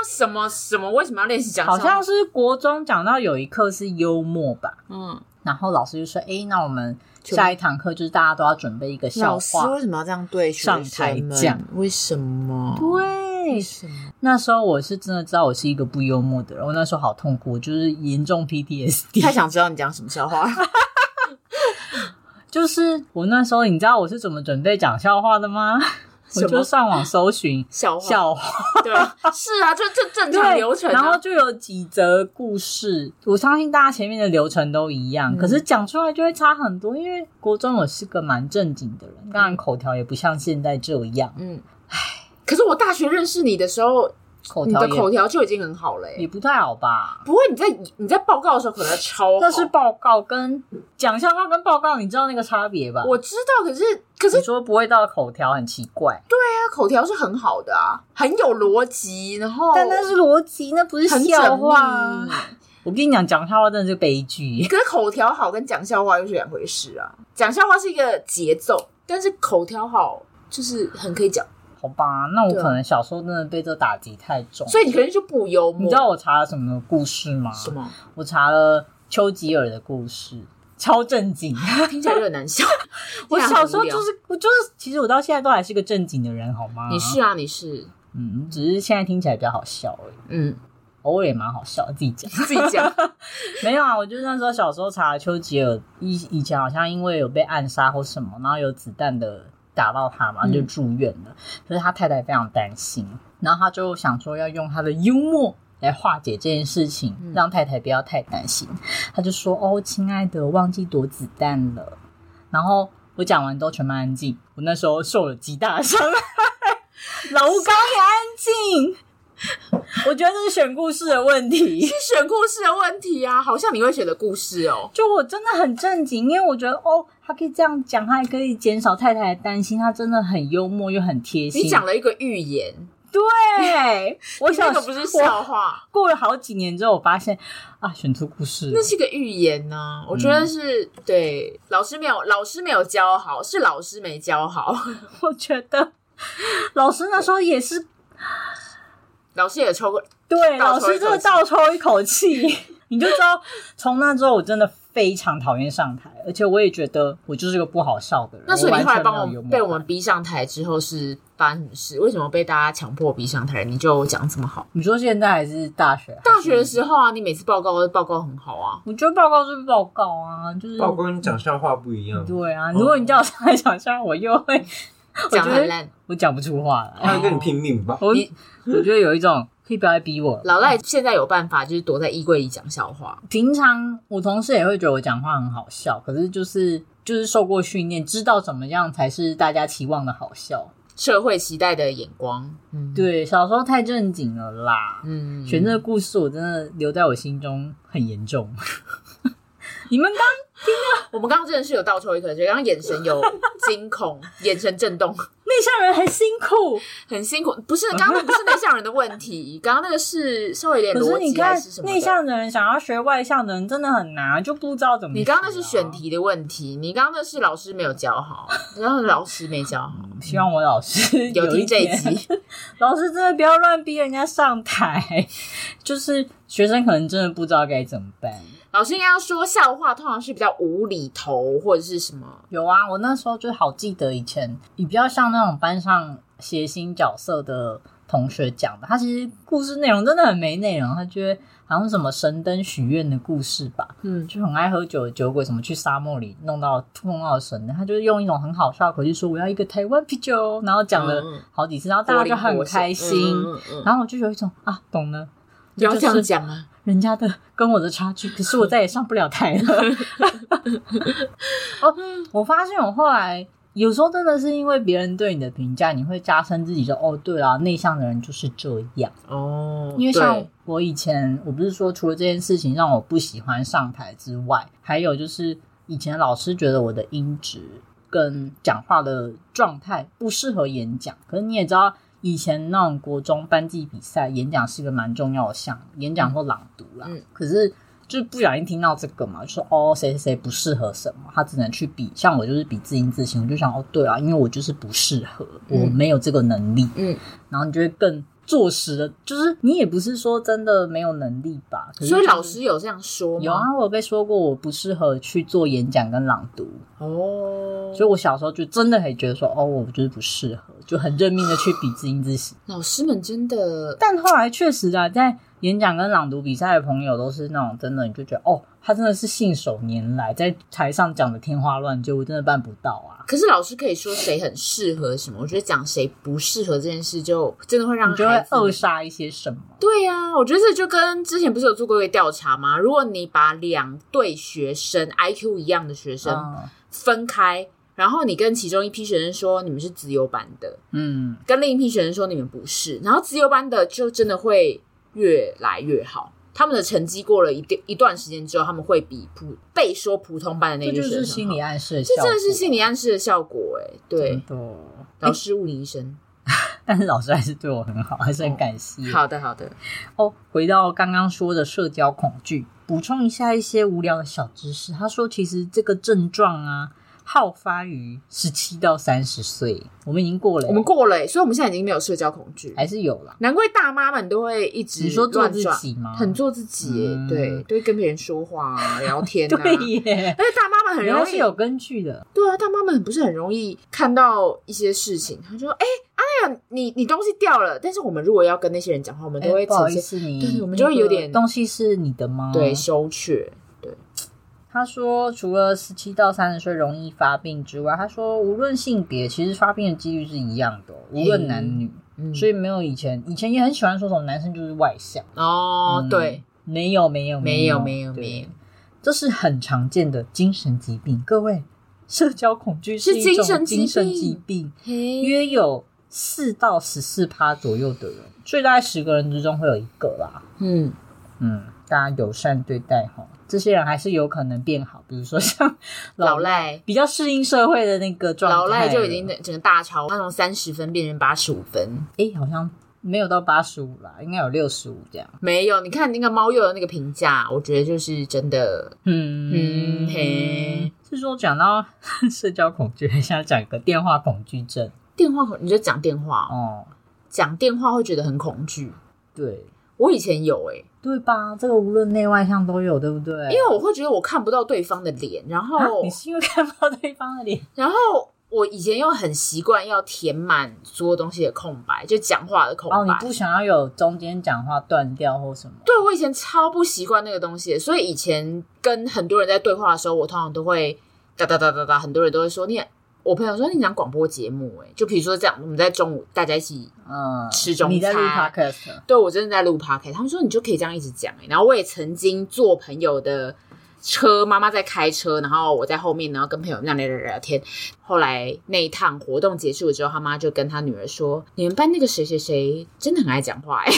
Speaker 2: 什么什么？为什么要练习讲笑
Speaker 1: 好
Speaker 2: 话？
Speaker 1: 像是国中讲到有一课是幽默吧，
Speaker 2: 嗯，
Speaker 1: 然后老师就说：“诶，那我们
Speaker 2: 就
Speaker 1: 下一堂课就是大家都要准备一个笑
Speaker 2: 老师
Speaker 1: 话。”
Speaker 2: 为什么要这样对学
Speaker 1: 上
Speaker 2: 生
Speaker 1: 台
Speaker 2: 们
Speaker 1: 讲？
Speaker 2: 为什么？
Speaker 1: 对
Speaker 2: 为，什么？
Speaker 1: 那时候我是真的知道我是一个不幽默的人，我那时候好痛苦，我就是严重 PTSD。
Speaker 2: 太想知道你讲什么笑话了。
Speaker 1: 就是我那时候，你知道我是怎么准备讲笑话的吗？
Speaker 2: 什
Speaker 1: 我
Speaker 2: 么
Speaker 1: 就上网搜寻
Speaker 2: 笑话，
Speaker 1: 笑话，
Speaker 2: 对啊，是啊，就这正常
Speaker 1: 对，
Speaker 2: 流程啊。
Speaker 1: 然后就有几则故事。我相信大家前面的流程都一样，
Speaker 2: 嗯
Speaker 1: 可是讲出来就会差很多。因为国中我是个蛮正经的人，当然口条也不像现在这样，
Speaker 2: 嗯，可是我大学认识你的时候，
Speaker 1: 口
Speaker 2: 你
Speaker 1: 条
Speaker 2: 的
Speaker 1: 也
Speaker 2: 口条就已经很好了、欸
Speaker 1: 也不太好吧。
Speaker 2: 不会，你在你在报告的时候可能超好
Speaker 1: 那是报告跟讲笑话跟报告，你知道那个差别吧？
Speaker 2: 我知道，可是可是
Speaker 1: 你说不会到口条很奇怪，
Speaker 2: 他口条是很好的啊，很有逻辑，然后
Speaker 1: 但那是逻辑，那不是
Speaker 2: 很
Speaker 1: 笑
Speaker 2: 缜
Speaker 1: 话啊
Speaker 2: 密。。
Speaker 1: 我跟你讲，讲笑话真的是悲剧。
Speaker 2: 欸可是口条好跟讲笑话又是两回事啊，讲笑话是一个节奏，但是口条好就是很可以讲，
Speaker 1: 好吧，那我
Speaker 2: 对啊
Speaker 1: 可能小时候真的被这打击太重。
Speaker 2: 所以你可能就不幽默。
Speaker 1: 你知道我查了什么故事吗？
Speaker 2: 什么？
Speaker 1: 我查了丘吉尔的故事，超正经。
Speaker 2: 听起来就很难笑。
Speaker 1: 我小时候
Speaker 2: 这样
Speaker 1: 就
Speaker 2: 很无聊。
Speaker 1: 是，我就是，其实我到现在都还是个正经的人，好吗？
Speaker 2: 你是啊，你是，
Speaker 1: 嗯，只是现在听起来比较好笑而已，
Speaker 2: 嗯，
Speaker 1: 偶尔也蛮好笑，自己讲。
Speaker 2: 自己 讲，
Speaker 1: 没有啊，我就是那时候小时候查丘吉尔，以以前好像因为有被暗杀或什么，然后有子弹的打到他嘛，
Speaker 2: 嗯
Speaker 1: 就住院了。可是他太太非常担心，然后他就想说要用他的幽默来化解这件事情，
Speaker 2: 嗯
Speaker 1: 让太太不要太担心。他就说：“哦，亲爱的，忘记躲子弹了。”然后我讲完都全班安静，我那时候受了极大的伤害， 楼高也安静。我觉得这是选故事的问题。
Speaker 2: 是选故事的问题啊，好像你会选的故事哦。
Speaker 1: 就我真的很正经，因为我觉得哦，他可以这样讲，他也可以减少太太的担心，他真的很幽默又很贴心。
Speaker 2: 你讲了一个寓言，
Speaker 1: 对，我
Speaker 2: 那
Speaker 1: 想
Speaker 2: 个不是
Speaker 1: 我
Speaker 2: 笑话，
Speaker 1: 过了好几年之后，我发现啊，选出故事了
Speaker 2: 那是个寓言呢、我觉
Speaker 1: 嗯
Speaker 2: 得是、对老师没有老师没有教好，是老师没教好，
Speaker 1: 我觉得老师那时候也是
Speaker 2: 老师也抽过。
Speaker 1: 对，
Speaker 2: 倒抽一
Speaker 1: 老
Speaker 2: 口气
Speaker 1: 师真的倒抽一口气， 你就知道，从那之后我真的非常讨厌上台，而且我也觉得我就是个不好笑的人。
Speaker 2: 那所以你
Speaker 1: 完
Speaker 2: 后来
Speaker 1: 全没
Speaker 2: 帮
Speaker 1: 有
Speaker 2: 我
Speaker 1: 幽默
Speaker 2: 被我
Speaker 1: 感
Speaker 2: 们逼上台之后是发生什么事？为什么被大家强迫逼上台？你就讲这么好？
Speaker 1: 你说现在还是大学？
Speaker 2: 大学的时候啊，你每次报告都报告很好啊，
Speaker 1: 我觉得报告就是报告啊，就是嗯
Speaker 3: 报告跟讲笑话不一样，
Speaker 1: 对啊，如果你叫我上来讲笑话，我又会
Speaker 2: 讲得很烂。
Speaker 1: 我讲不出话来。
Speaker 3: 他会跟你拼命吧？
Speaker 1: 我
Speaker 2: 你
Speaker 1: 我觉得有一种可以不要来逼我了。
Speaker 2: 老赖现在有办法，就是躲在衣柜里讲笑话。
Speaker 1: 平常我同事也会觉得我讲话很好笑，可是就是就是受过训练，知道怎么样才是大家期望的好笑。
Speaker 2: 社会期待的眼光，嗯，，
Speaker 1: 对，小时候太正经了啦。
Speaker 2: 嗯，
Speaker 1: 选这个故事，我真的留在我心中很严重。 你们刚
Speaker 2: 我们刚刚真的是有倒抽一口气，刚刚眼神有惊 恐，眼神震动，
Speaker 1: 内向人很辛 苦，
Speaker 2: 很辛苦。不是，刚刚那不是内向人的问题，刚刚那个是稍微有点
Speaker 1: 可是
Speaker 2: 逻
Speaker 1: 你
Speaker 2: 辑还
Speaker 1: 看
Speaker 2: 是什么的
Speaker 1: 内向的人想要学外向的人真的很难，啊就不知道怎么、啊
Speaker 2: 你刚刚那是选，题的问题，你刚刚那是老师没有教好，你刚刚老师没教好，
Speaker 1: 希望我老师
Speaker 2: 有
Speaker 1: 嗯一
Speaker 2: 听这一
Speaker 1: 天
Speaker 2: 集，
Speaker 1: 老师真的不要乱逼人家上台， 就是学生可能真的不知道该怎么办。
Speaker 2: 老师应该要说笑话通常是比较无厘头或者是什么，
Speaker 1: 有啊，我那时候就好记得以前，你比较像那种班上谐星角色的同学讲的，他其实故事内容真的很没内容，他觉得好像什么神灯许愿的故事吧，
Speaker 2: 嗯，
Speaker 1: 就很爱喝酒的酒鬼，什么去沙漠里弄到碰到神灯，他就是用一种很好笑的口气说我要一个台湾啤酒，然后讲了
Speaker 2: 嗯
Speaker 1: 好几次，然后大家就很开心，
Speaker 2: 嗯嗯嗯
Speaker 1: 然后我就有一种啊懂了。
Speaker 2: 不要这
Speaker 1: 就
Speaker 2: 样
Speaker 1: 是
Speaker 2: 讲啊。
Speaker 1: 人家的跟我的差距，可是我再也上不了台了。 哦，我发现我后来有时候真的是因为别人对你的评价，你会加深自己说哦，对啊，内向的人就是这样。
Speaker 2: 哦，
Speaker 1: 因为像
Speaker 2: 对
Speaker 1: 我以前，我不是说除了这件事情让我不喜欢上台之外，还有就是以前老师觉得我的音质跟讲话的状态不适合演讲。可是你也知道，以前那种国中班级比赛，演讲是一个蛮重要的项目，演讲或朗读啦。
Speaker 2: 嗯
Speaker 1: 可是。就是不小心听到这个嘛，就说哦谁谁谁不适合什么，他只能去比。像我就是比字音字形，我就想哦对啊，因为我就是不适合，我
Speaker 2: 嗯
Speaker 1: 没有这个能力。
Speaker 2: 嗯，
Speaker 1: 然后你就会更坐实的，就是你也不是说真的没有能力吧？可是
Speaker 2: 所以
Speaker 1: 就是
Speaker 2: 老师有这样说吗？
Speaker 1: 有啊，我有被说过我不适合去做演讲跟朗读，
Speaker 2: 哦，
Speaker 1: 所以我小时候就真的很觉得说，哦，我就是不适合，就很认命的去比字音字 形。
Speaker 2: 老师们真的
Speaker 1: 但后来确实啊，在演讲跟朗读比赛的朋友都是那种真的，你就觉得哦，他真的是信手拈来，在台上讲的天花乱坠，我真的办不到啊。
Speaker 2: 可是老师可以说谁很适合什么，我觉得讲谁不适合这件事，就真的会让
Speaker 1: 你就会
Speaker 2: 孩子
Speaker 1: 扼杀一些什么？
Speaker 2: 对呀、我觉得这就跟之前不是有做过一个调查吗？如果你把两对学生 IQ 一样的学生
Speaker 1: 嗯
Speaker 2: 分开，然后你跟其中一批学生说你们是自由班的，
Speaker 1: 嗯，
Speaker 2: 跟另一批学生说你们不是，然后自由班的就真的会越来越好。他们的成绩过了一定一段时间之后，他们会比普被说普通班的
Speaker 1: 这
Speaker 2: 那
Speaker 1: 就
Speaker 2: 些学生
Speaker 1: 是
Speaker 2: 好
Speaker 1: 心理，暗示的
Speaker 2: 这
Speaker 1: 效果，
Speaker 2: 真的是心理暗示的效果哎、对，
Speaker 1: 真的。
Speaker 2: 老师误你一生。
Speaker 1: 但是老师还是对我很好，还是很感谢。
Speaker 2: 好的，好的，
Speaker 1: 哦，回到刚刚说的社交恐惧，补充一下一些无聊的小知识。他说，其实这个症状啊，好发于十七到三十岁，我们已经过了，
Speaker 2: 我们过了、欸，所以我们现在已经没有社交恐惧。
Speaker 1: 还是有啦。
Speaker 2: 难怪大妈们都会一直
Speaker 1: 你说做
Speaker 2: 乱
Speaker 1: 自
Speaker 2: 转
Speaker 1: 己吗？
Speaker 2: 很做自己、欸
Speaker 1: 嗯
Speaker 2: 对，都会跟别人说话、啊、聊天、啊。
Speaker 1: 对耶，
Speaker 2: 而且大妈们很
Speaker 1: 原来
Speaker 2: 容
Speaker 1: 是
Speaker 2: 易
Speaker 1: 有根据的。
Speaker 2: 对啊，大妈们不是很容易看到一些事情，她就说：“哎、阿亮，你你东西掉了。”但是我们如果要跟那些人讲话，我们都
Speaker 1: 哎
Speaker 2: 会
Speaker 1: 不好
Speaker 2: 呈
Speaker 1: 意
Speaker 2: 现、
Speaker 1: 思，哦你
Speaker 2: 对我们就会有点
Speaker 1: 那个东西是你的吗？
Speaker 2: 对羞怯。
Speaker 1: 他说，除了十七到三十岁容易发病之外，他说无论性别，其实发病的几率是一样的哦，无论男女。
Speaker 2: 嗯，
Speaker 1: 所
Speaker 2: 以
Speaker 1: 以没有以前，以前也很喜欢说什么男生就是外向。
Speaker 2: 哦、
Speaker 1: 嗯
Speaker 2: 对，，
Speaker 1: 没有没有
Speaker 2: 没有
Speaker 1: 有
Speaker 2: 没有
Speaker 1: 对
Speaker 2: 没有，
Speaker 1: 这是很常见的精神疾病。各位，社交恐惧
Speaker 2: 是
Speaker 1: 一
Speaker 2: 精
Speaker 1: 种
Speaker 2: 神疾
Speaker 1: 精神
Speaker 2: 病
Speaker 1: 疾病，
Speaker 2: 嘿，
Speaker 1: 约有四到十四趴左右的人，所以大概十个人之中会有一个啦。
Speaker 2: 嗯，
Speaker 1: 嗯，大家友善对待哈，这些人还是有可能变好。比如说像
Speaker 2: 老
Speaker 1: 赖，
Speaker 2: 赖。
Speaker 1: 比较适应社会的那个状态了，
Speaker 2: 老赖就已经整个大潮，他从三十分变成八十五分，
Speaker 1: 诶，好像没有到八十五啦，应该有六十五这样。
Speaker 2: 没有。你看那个猫鼬的那个评价，我觉得就是真的
Speaker 1: 嗯
Speaker 2: 嗯嘿，
Speaker 1: 是说讲到 社交恐惧，还想讲个电话恐惧症
Speaker 2: 电话恐，你就讲电话哦，
Speaker 1: 哦，
Speaker 2: 讲电话会觉得很恐惧。
Speaker 1: 对
Speaker 2: 我以前有诶、
Speaker 1: 对吧？这个无论内外向都有，对不对？
Speaker 2: 因为我会觉得我看不到对方的脸，然后、
Speaker 1: 啊你是因为看不到对方的 脸，
Speaker 2: 然后我以前又很习惯要填满所有东西的空白，就讲话的空白。
Speaker 1: 哦，你不想要有中间讲话断掉或什么，
Speaker 2: 对我以前超不习惯那个东西的，所以以前跟很多人在对话的时候，我通常都会哒哒哒哒哒，很多人都会说你。我朋友说你讲广播节目、欸，哎，就比如说这样，我们在中午大家一起，
Speaker 1: 嗯，
Speaker 2: 吃中餐
Speaker 1: 你在录 podcast，
Speaker 2: 对我真的在录 p o d 他们说你就可以这样一直讲、欸，然后我也曾经坐朋友的车，妈妈在开车，然后我在后面，然后跟朋友那样聊聊聊天。后来那一趟活动结束之后，他妈就跟他女儿说，你们班那个谁谁谁真的很爱讲话、欸，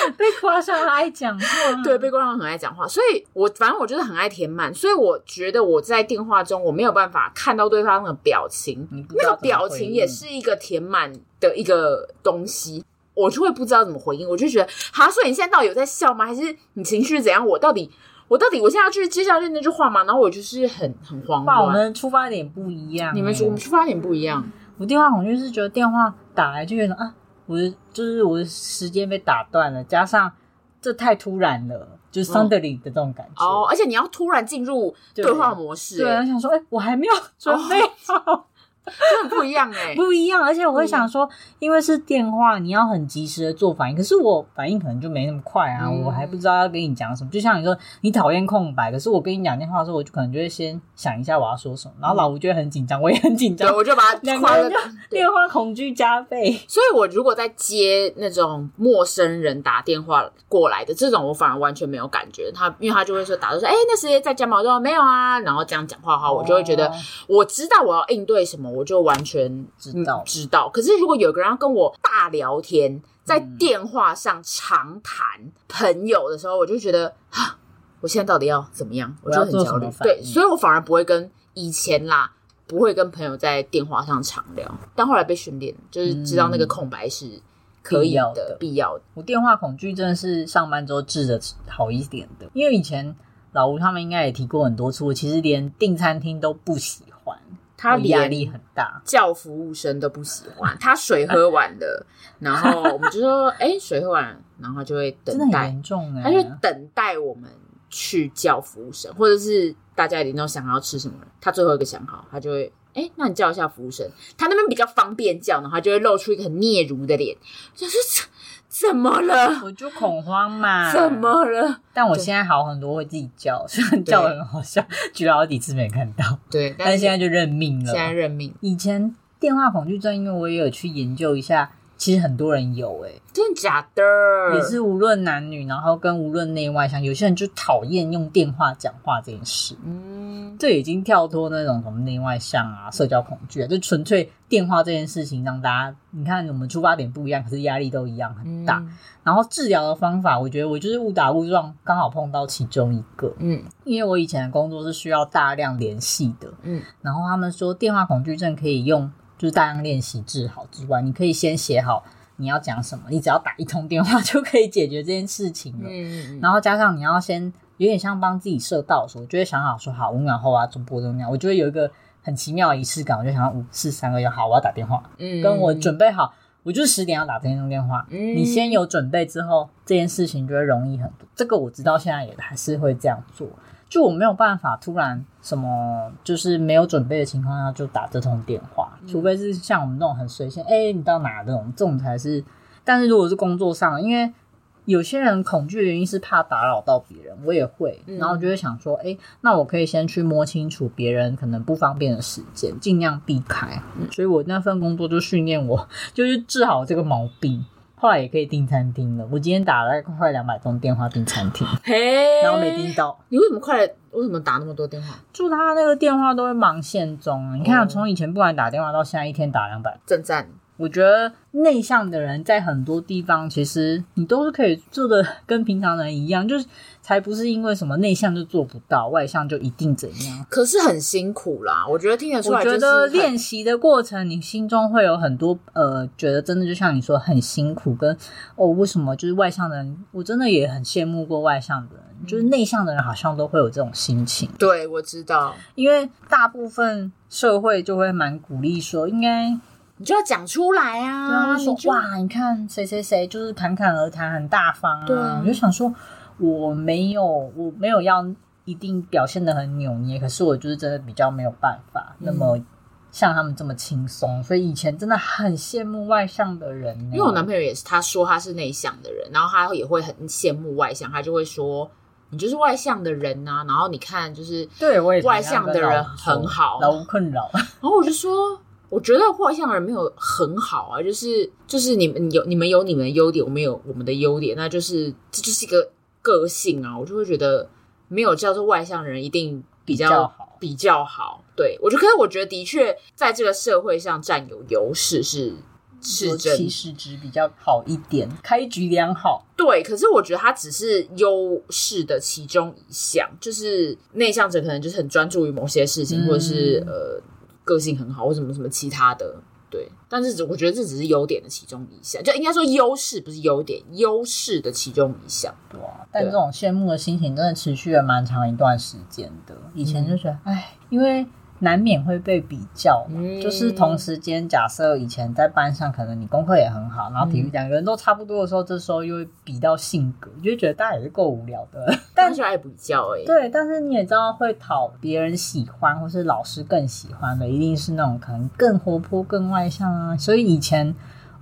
Speaker 1: 被夸上来讲话，
Speaker 2: 对， 被观众很爱讲话，所以我反正我就是很爱填满，所以我觉得我在电话中我没有办法看到对方的表情，
Speaker 1: 你不知
Speaker 2: 那
Speaker 1: 道
Speaker 2: 个表情
Speaker 1: 嗯
Speaker 2: 也是一个填满的一个东西，我就会不知道怎么回应，我就觉得，哈，所以你现在到底有在笑吗？还是你情绪是怎样？我到底，我到底，我现在要去接下来那句话吗？然后我就是很很慌
Speaker 1: 哇，我
Speaker 2: 乱。
Speaker 1: 们出发点不一样欸、
Speaker 2: 你们说我们出发点不一样，
Speaker 1: 我电话恐惧是觉得电话打来就有点啊，我的就是我的时间被打断了，加上这太突然了，就是 suddenly 的这种感觉。
Speaker 2: 嗯哦，而且你要突然进入
Speaker 1: 对
Speaker 2: 对话模式、
Speaker 1: 对，我
Speaker 2: 欸，
Speaker 1: 想说，哎、我还没有准备好，
Speaker 2: 哦真的不一样 哎、
Speaker 1: 不一样。而且我会想说，
Speaker 2: 嗯
Speaker 1: 因为是电话，你要很及时的做反应，可是我反应可能就没那么快啊，
Speaker 2: 嗯
Speaker 1: 我还不知道要跟你讲什么。就像你说，你讨厌空白，可是我跟你讲电话的时候，我就可能就会先想一下我要说什么，然后老吴就会很紧张，我也很紧张
Speaker 2: 对，，我就把它
Speaker 1: 两
Speaker 2: 夸
Speaker 1: 个
Speaker 2: 了
Speaker 1: 人就。电话恐惧加倍。
Speaker 2: 所以我如果在接那种陌生人打电话过来的这种，我反而完全没有感觉。他因为他就会说打就说，哎、那谁在家吗？我就说没有啊。然后这样讲话的话，我就会觉得
Speaker 1: 哦
Speaker 2: 我知道我要应对什么，我就完全
Speaker 1: 知道
Speaker 2: 知道。可是如果有个人要跟我大聊天，在电话上长谈朋友的时候，我就觉得啊，我现在到底要怎么样？我
Speaker 1: 我
Speaker 2: 就
Speaker 1: 要
Speaker 2: 很
Speaker 1: 做
Speaker 2: 焦
Speaker 1: 什么
Speaker 2: 虑。
Speaker 1: 反
Speaker 2: 对，
Speaker 1: 应
Speaker 2: 所以我反而不会跟以前啦。不会跟朋友在电话上常聊，但后来被训练，就是知道那个
Speaker 1: 嗯
Speaker 2: 空白是可以
Speaker 1: 必要
Speaker 2: 的
Speaker 1: 的、
Speaker 2: 必要的。
Speaker 1: 我电话恐惧真的是上班之后治的好一点的，因为以前老吴他们应该也提过很多次，我其实连订餐厅都不喜欢，
Speaker 2: 他
Speaker 1: 我压
Speaker 2: 连
Speaker 1: 力很大。
Speaker 2: 叫服务生都不喜欢，他水喝完了，然后我们就说：“哎、水喝完。”然后他就会
Speaker 1: 真
Speaker 2: 等
Speaker 1: 的很
Speaker 2: 待，
Speaker 1: 严重哎、
Speaker 2: 他就等待我们去叫服务生，或者是大家已经都想好要吃什么了，他最后一个想好，他就会。哎、那你叫一下服务生，他那边比较方便叫，然后他就会露出一个很嗫嚅的脸，就是怎怎么了？
Speaker 1: 我就恐慌嘛，
Speaker 2: 怎？么了？
Speaker 1: 但我现在好很多，会自己叫， 虽然叫的很好笑，举了好几次没看到，
Speaker 2: 对，
Speaker 1: 但
Speaker 2: 但
Speaker 1: 是
Speaker 2: 是
Speaker 1: 现在就认命了
Speaker 2: 现。在认命，
Speaker 1: 以前电话恐惧症，因为我也有去研究一下，其实很多人有哎、
Speaker 2: 真的假的？
Speaker 1: 也是无论男女，然后跟无论内外向，有些人就讨厌用电话讲话这件事。
Speaker 2: 嗯，
Speaker 1: 这已经跳脱那种什么内外向啊、社交恐惧啊，就纯粹电话这件事情让大家，你看我们出发点不一样，可是压力都一样很大。
Speaker 2: 嗯
Speaker 1: 然后治疗的方法，我觉得我就是误打误撞，刚好碰到其中一个，
Speaker 2: 嗯
Speaker 1: 因为我以前的工作是需要大量联系的，
Speaker 2: 嗯
Speaker 1: 然后他们说电话恐惧症可以用就是大量练习治好之外，你可以先写好你要讲什么，你只要打一通电话就可以解决这件事情了。
Speaker 2: 嗯，
Speaker 1: 然后加上你要先有点像帮自己设倒数，我就会想好说好五秒后啊，做播这样，我就会有一个很奇妙的仪式感，我就想要五四三二一，好，我要打电话，
Speaker 2: 嗯
Speaker 1: 跟我准备好，我就十点要打这通电话。
Speaker 2: 嗯
Speaker 1: 你先有准备之后，这件事情就会容易很多。这个我知道，现在也还是会这样做。就我没有办法突然什么，就是没有准备的情况下就打这通电话，
Speaker 2: 嗯
Speaker 1: 除非是像我们那种很随性，哎、你到哪这种，这种才是。但是如果是工作上，因为有些人恐惧的原因是怕打扰到别人，我也会，
Speaker 2: 嗯
Speaker 1: 然后就会想说，哎、那我可以先去摸清楚别人可能不方便的时间，尽量避开。
Speaker 2: 嗯
Speaker 1: 所以我那份工作就训练我， 就是治好这个毛病。后来也可以订餐厅了，我今天打了快两百通电话订餐 厅，
Speaker 2: 嗯嘿，
Speaker 1: 然后没订到。
Speaker 2: 你为什么快了？为什么打那么多电话？
Speaker 1: 祝他那个电话都会忙线中啊！你看
Speaker 2: 哦
Speaker 1: 啊，从以前不管打电话到现在，一天打两百。
Speaker 2: 正赞，
Speaker 1: 我觉得内向的人在很多地方，其实你都是可以做的 跟平常人一样，就是才不是因为什么内向就做不到，外向就一定怎样。
Speaker 2: 可是很辛苦啦。我觉得听得出
Speaker 1: 我
Speaker 2: 来，
Speaker 1: 觉得练习的过程，你心中会有很多呃，觉得真的就像你说很辛苦，跟哦为什么就是外向的人，我真的也很羡慕过外向的人，就是
Speaker 2: 嗯
Speaker 1: 内向的人好像都会有这种心情。
Speaker 2: 对我知道，
Speaker 1: 因为大部分社会就会蛮鼓励说，应该
Speaker 2: 你就要讲出来啊，
Speaker 1: 他
Speaker 2: 你
Speaker 1: 说、
Speaker 2: 就
Speaker 1: 哇，你看谁谁谁就是侃侃而谈，很大方啊。
Speaker 2: 对啊
Speaker 1: 我就想说，我没有，我没有要一定表现的很扭捏，可是我就是真的比较没有办法、
Speaker 2: 嗯
Speaker 1: 那么像他们这么轻松，所以以前真的很羡慕外向的人呢、
Speaker 2: 因为我男朋友也是，他说他是内向的人，然后他也会很羡慕外向，他就会说你就是外向的人呐、然后你看就是
Speaker 1: 对我也
Speaker 2: 外向的人很好，
Speaker 1: 劳务困扰，
Speaker 2: 然后我就说，我觉得外向的人没有很好啊，就是就是你们有你们有你们的优点，我们有我们的优点，那就是这就是一个个性啊，我就会觉得没有叫做外向的人一定比较
Speaker 1: 比较好
Speaker 2: 比较好对我就可是我觉得的确在这个社会上占有优势是是
Speaker 1: 尤
Speaker 2: 真
Speaker 1: 其实值比较好一点，开局良好，
Speaker 2: 对，可是我觉得他只是优势的其中一项，就是内向者可能就是很专注于某些事情，
Speaker 1: 嗯
Speaker 2: 或者是呃个性很好，或什么什么其他的。对，但是只我觉得这只是优点的其中一项，就应该说优势不是优点，优势的其中一项。
Speaker 1: 对啊。但这种羡慕的心情真的持续了蛮长一段时间的。以前就觉得，哎、因为难免会被比较嘛，
Speaker 2: 嗯
Speaker 1: 就是同时间，假设以前在班上，可能你功课也很好，然后体育两个人都差不多的时候，这时候又会比到性格，就会觉得大家也是够无聊 的。但
Speaker 2: 但是爱比较哎、
Speaker 1: 对，但是你也知道，会讨别人喜欢或是老师更喜欢的，一定是那种可能更活泼、更外向啊。所以以前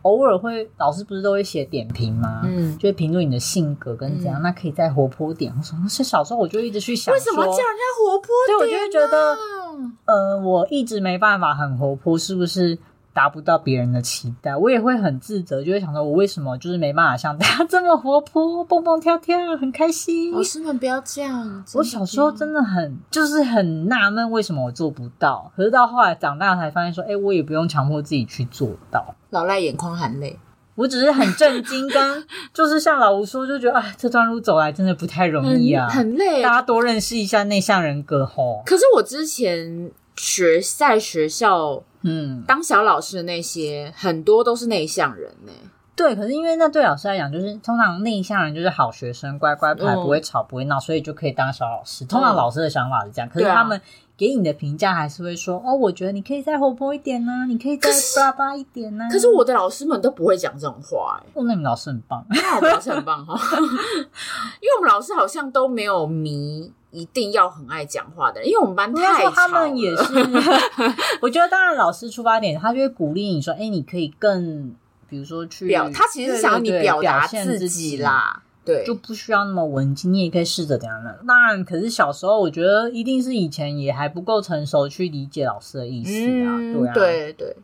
Speaker 1: 偶尔会，老师不是都会写点评吗？
Speaker 2: 嗯，
Speaker 1: 就会评论你的性格跟怎样，那可以再活泼点。我说，是小时候我就一直去想，
Speaker 2: 为什么叫人家活泼、
Speaker 1: 对，我就会觉得，
Speaker 2: 嗯
Speaker 1: 呃，我一直没办法很活泼，是不是达不到别人的期待？我也会很自责，就会想说，我为什么就是没办法像大家这么活泼、蹦蹦跳跳，很开心？
Speaker 2: 老师们不要这样。
Speaker 1: 我小时候
Speaker 2: 的
Speaker 1: 真的很就是很纳闷，为什么我做不到？可是到后来长大才发现说，哎、我也不用强迫自己去做到。
Speaker 2: 老赖眼眶含泪，
Speaker 1: 我只是很震惊， 跟就是像老吴说，就觉得哎，这段路走来真的不太容易啊，
Speaker 2: 很很累欸，
Speaker 1: 大家多认识一下内向人格吼。
Speaker 2: 可是我之前学在学校
Speaker 1: 嗯，
Speaker 2: 当小老师的那些，很多都是内向人呢、
Speaker 1: 对。可是因为那对老师来讲，就是通常内向人就是好学生，乖乖牌，
Speaker 2: 嗯
Speaker 1: 不会吵，不会闹，所以就可以当小老师。通
Speaker 2: 嗯
Speaker 1: 常老师的想法是这样，可是
Speaker 2: 对啊
Speaker 1: 他们。给你的评价还是会说哦，我觉得你可以再活泼一点呢、你可以再
Speaker 2: 可是
Speaker 1: 巴巴一点呢、
Speaker 2: 可是我的老师们都不会讲这种话、 欸，
Speaker 1: 哦，那你们老师很棒，
Speaker 2: 那我们老师很棒哈， 因为我们老师好像都没有迷一定要很爱讲话的人，因为我们班
Speaker 1: 应该
Speaker 2: 太
Speaker 1: 说
Speaker 2: 吵
Speaker 1: 他们也
Speaker 2: 了
Speaker 1: 是。我觉得当然老师出发点，他就会鼓励你说：“哎、你可以更，比如说去
Speaker 2: 表，他其实是想要你
Speaker 1: 对对对
Speaker 2: 表
Speaker 1: 表
Speaker 2: 达
Speaker 1: 现
Speaker 2: 自己
Speaker 1: 己。
Speaker 2: 啦，对，
Speaker 1: 就不需要那么文静，你也可以试着怎样呢？当然，可是小时候我觉得一定是以前也还不够成熟去理解老师的意思啊，
Speaker 2: 嗯，
Speaker 1: 啊，
Speaker 2: 对对，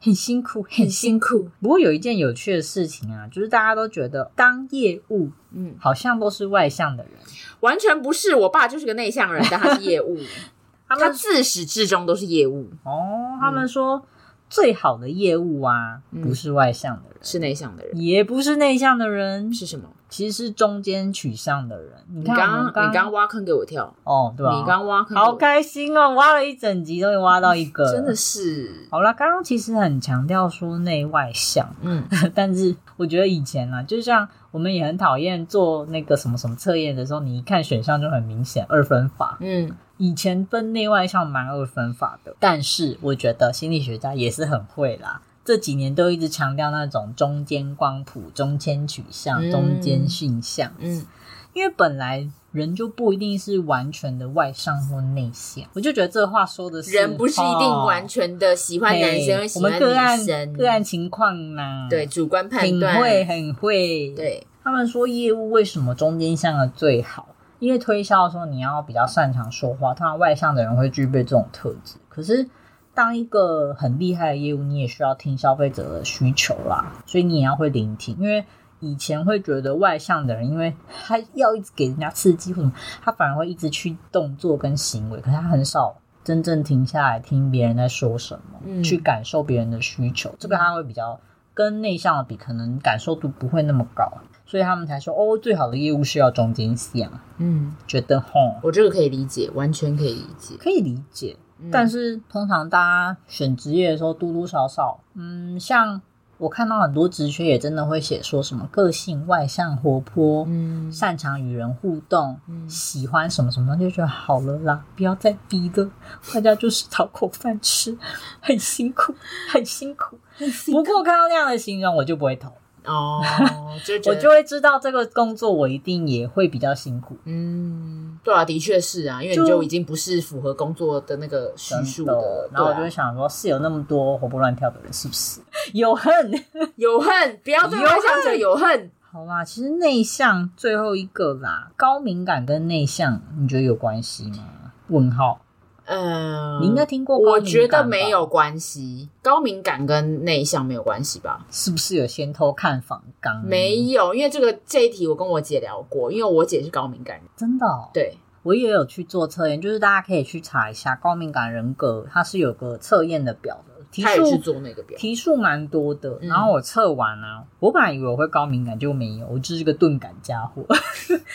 Speaker 1: 很辛苦，很
Speaker 2: 很
Speaker 1: 辛
Speaker 2: 辛苦，
Speaker 1: 不过有一件有趣的事情啊，就是大家都觉得当业务
Speaker 2: 嗯，
Speaker 1: 好像都是外向的人，
Speaker 2: 完全不是，我爸就是个内向人，但他是业务，
Speaker 1: 他
Speaker 2: 他
Speaker 1: 们
Speaker 2: 自始至终都是业务，
Speaker 1: 哦，他们说、最好的业务啊，
Speaker 2: 嗯
Speaker 1: 不是外向的人，
Speaker 2: 是内向的人，
Speaker 1: 也不是内向的人，
Speaker 2: 是什么？
Speaker 1: 其实是中间取向的人。你
Speaker 2: 你
Speaker 1: 看我
Speaker 2: 刚
Speaker 1: 们
Speaker 2: 你刚挖坑给我跳，
Speaker 1: 哦，对吧、
Speaker 2: 你刚挖坑给我，
Speaker 1: 好开心哦，挖了一整集，终于挖到一个，
Speaker 2: 真的。是，
Speaker 1: 好啦，刚刚其实很强调说内外向，
Speaker 2: 嗯，
Speaker 1: 但是我觉得以前啊，就像我们也很讨厌做那个什么什么测验的时候，你一看选项就很明显二分法，
Speaker 2: 嗯，
Speaker 1: 以前分内外向蛮二分法的，但是我觉得心理学家也是很会啦。这几年都一直强调那种中间光谱、中间取向、
Speaker 2: 嗯
Speaker 1: 中间性向，
Speaker 2: 嗯，
Speaker 1: 因为本来人就不一定是完全的外向或内向。我就觉得这话说的是
Speaker 2: 人不是一定完
Speaker 1: 全
Speaker 2: 全的喜欢男生，喜
Speaker 1: 我
Speaker 2: 欢
Speaker 1: 们个案
Speaker 2: 女生，
Speaker 1: 个案情况呐、
Speaker 2: 对，主观判
Speaker 1: 很
Speaker 2: 断，
Speaker 1: 会很会，
Speaker 2: 对，
Speaker 1: 他们说业务为什么中间向的最好？因为推销的时候你要比较擅长说话，通常外向的人会具备这种特质。可是当一个很厉害的业务，你也需要听消费者的需求啦，所以你也要会聆听。因为以前会觉得外向的人，因为他要一直给人家刺激或什么，他反而会一直去动作跟行为，可是他很少真正停下来听别人在说什么，
Speaker 2: 嗯
Speaker 1: 去感受别人的需求。这个他会比较跟内向的比，可能感受度不会那么高。所以他们才说哦，最好的业务是要中间线，啊
Speaker 2: 嗯，
Speaker 1: 觉得吼
Speaker 2: 我这个可以理解，完全可以理解，
Speaker 1: 可以理解。
Speaker 2: 嗯
Speaker 1: 但是通常大家选职业的时候，多多少少，嗯，像我看到很多职缺也真的会写说什么个性外向、活泼，
Speaker 2: 嗯
Speaker 1: 擅长与人互动，
Speaker 2: 嗯
Speaker 1: 喜欢什么什么，就觉得好了啦，不要再逼了，大家就是讨口饭吃， 很辛苦，很辛苦。不过看到那样的形容，我就不会投，
Speaker 2: 哦，就觉
Speaker 1: 我
Speaker 2: 得
Speaker 1: 就会知道这个工作我一定也会比较辛苦。
Speaker 2: 嗯，对啊，的确是啊，因为你
Speaker 1: 就
Speaker 2: 就已经不是符合工作的那个叙述的
Speaker 1: 真的，，然后我就
Speaker 2: 对
Speaker 1: 会
Speaker 2: 啊
Speaker 1: 想说，是有那么多活蹦乱跳的人，是不是 有恨？
Speaker 2: 有恨，不要对
Speaker 1: 有
Speaker 2: 外向者有恨，
Speaker 1: 好啦，其实内向最后一个啦，高敏感跟内向，你觉得有关系吗？问号，
Speaker 2: 嗯，
Speaker 1: 你应该听过高敏
Speaker 2: 我
Speaker 1: 感吧
Speaker 2: 觉得没有，关系，高敏感跟内向没有关系吧？
Speaker 1: 是不是有先偷看访纲？
Speaker 2: 没，有，因为这个这一题我跟我姐聊过，因为我姐是高敏感人，
Speaker 1: 真的、哦。
Speaker 2: 对，
Speaker 1: 我也有去做测验，就是大家可以去查一下高敏感人格，它是有个测验的表的，题
Speaker 2: 她也是
Speaker 1: 数
Speaker 2: 做那个表，
Speaker 1: 题数蛮多的。
Speaker 2: 嗯
Speaker 1: 然后我测完啊，我本来以为我会高敏感，就没有，我就是个钝感家伙，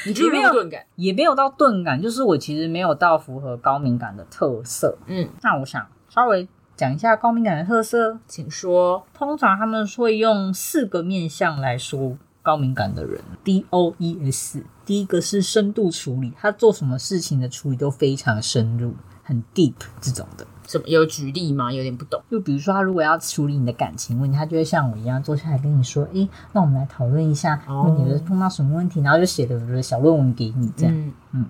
Speaker 2: 你就是
Speaker 1: 没
Speaker 2: 有
Speaker 1: 有
Speaker 2: 钝感，
Speaker 1: 也没有到钝感，就是我其实没有到符合高敏感的特色。
Speaker 2: 嗯，
Speaker 1: 那我想稍微讲一下高敏感的特色，
Speaker 2: 请说，
Speaker 1: 通常他们会用四个面向来说高敏感的人，D O E S。第一个是深度处理，他做什么事情的处理都非常深入，很 deep 这种的。
Speaker 2: 什么有举例吗？有点不懂，
Speaker 1: 就比如说，他如果要处理你的感情问题，他就会像我一样坐下来跟你说：“诶，那我们来讨论一下
Speaker 2: 哦
Speaker 1: 你的碰到什么问题，然后就写的小论文给你这样。
Speaker 2: 嗯，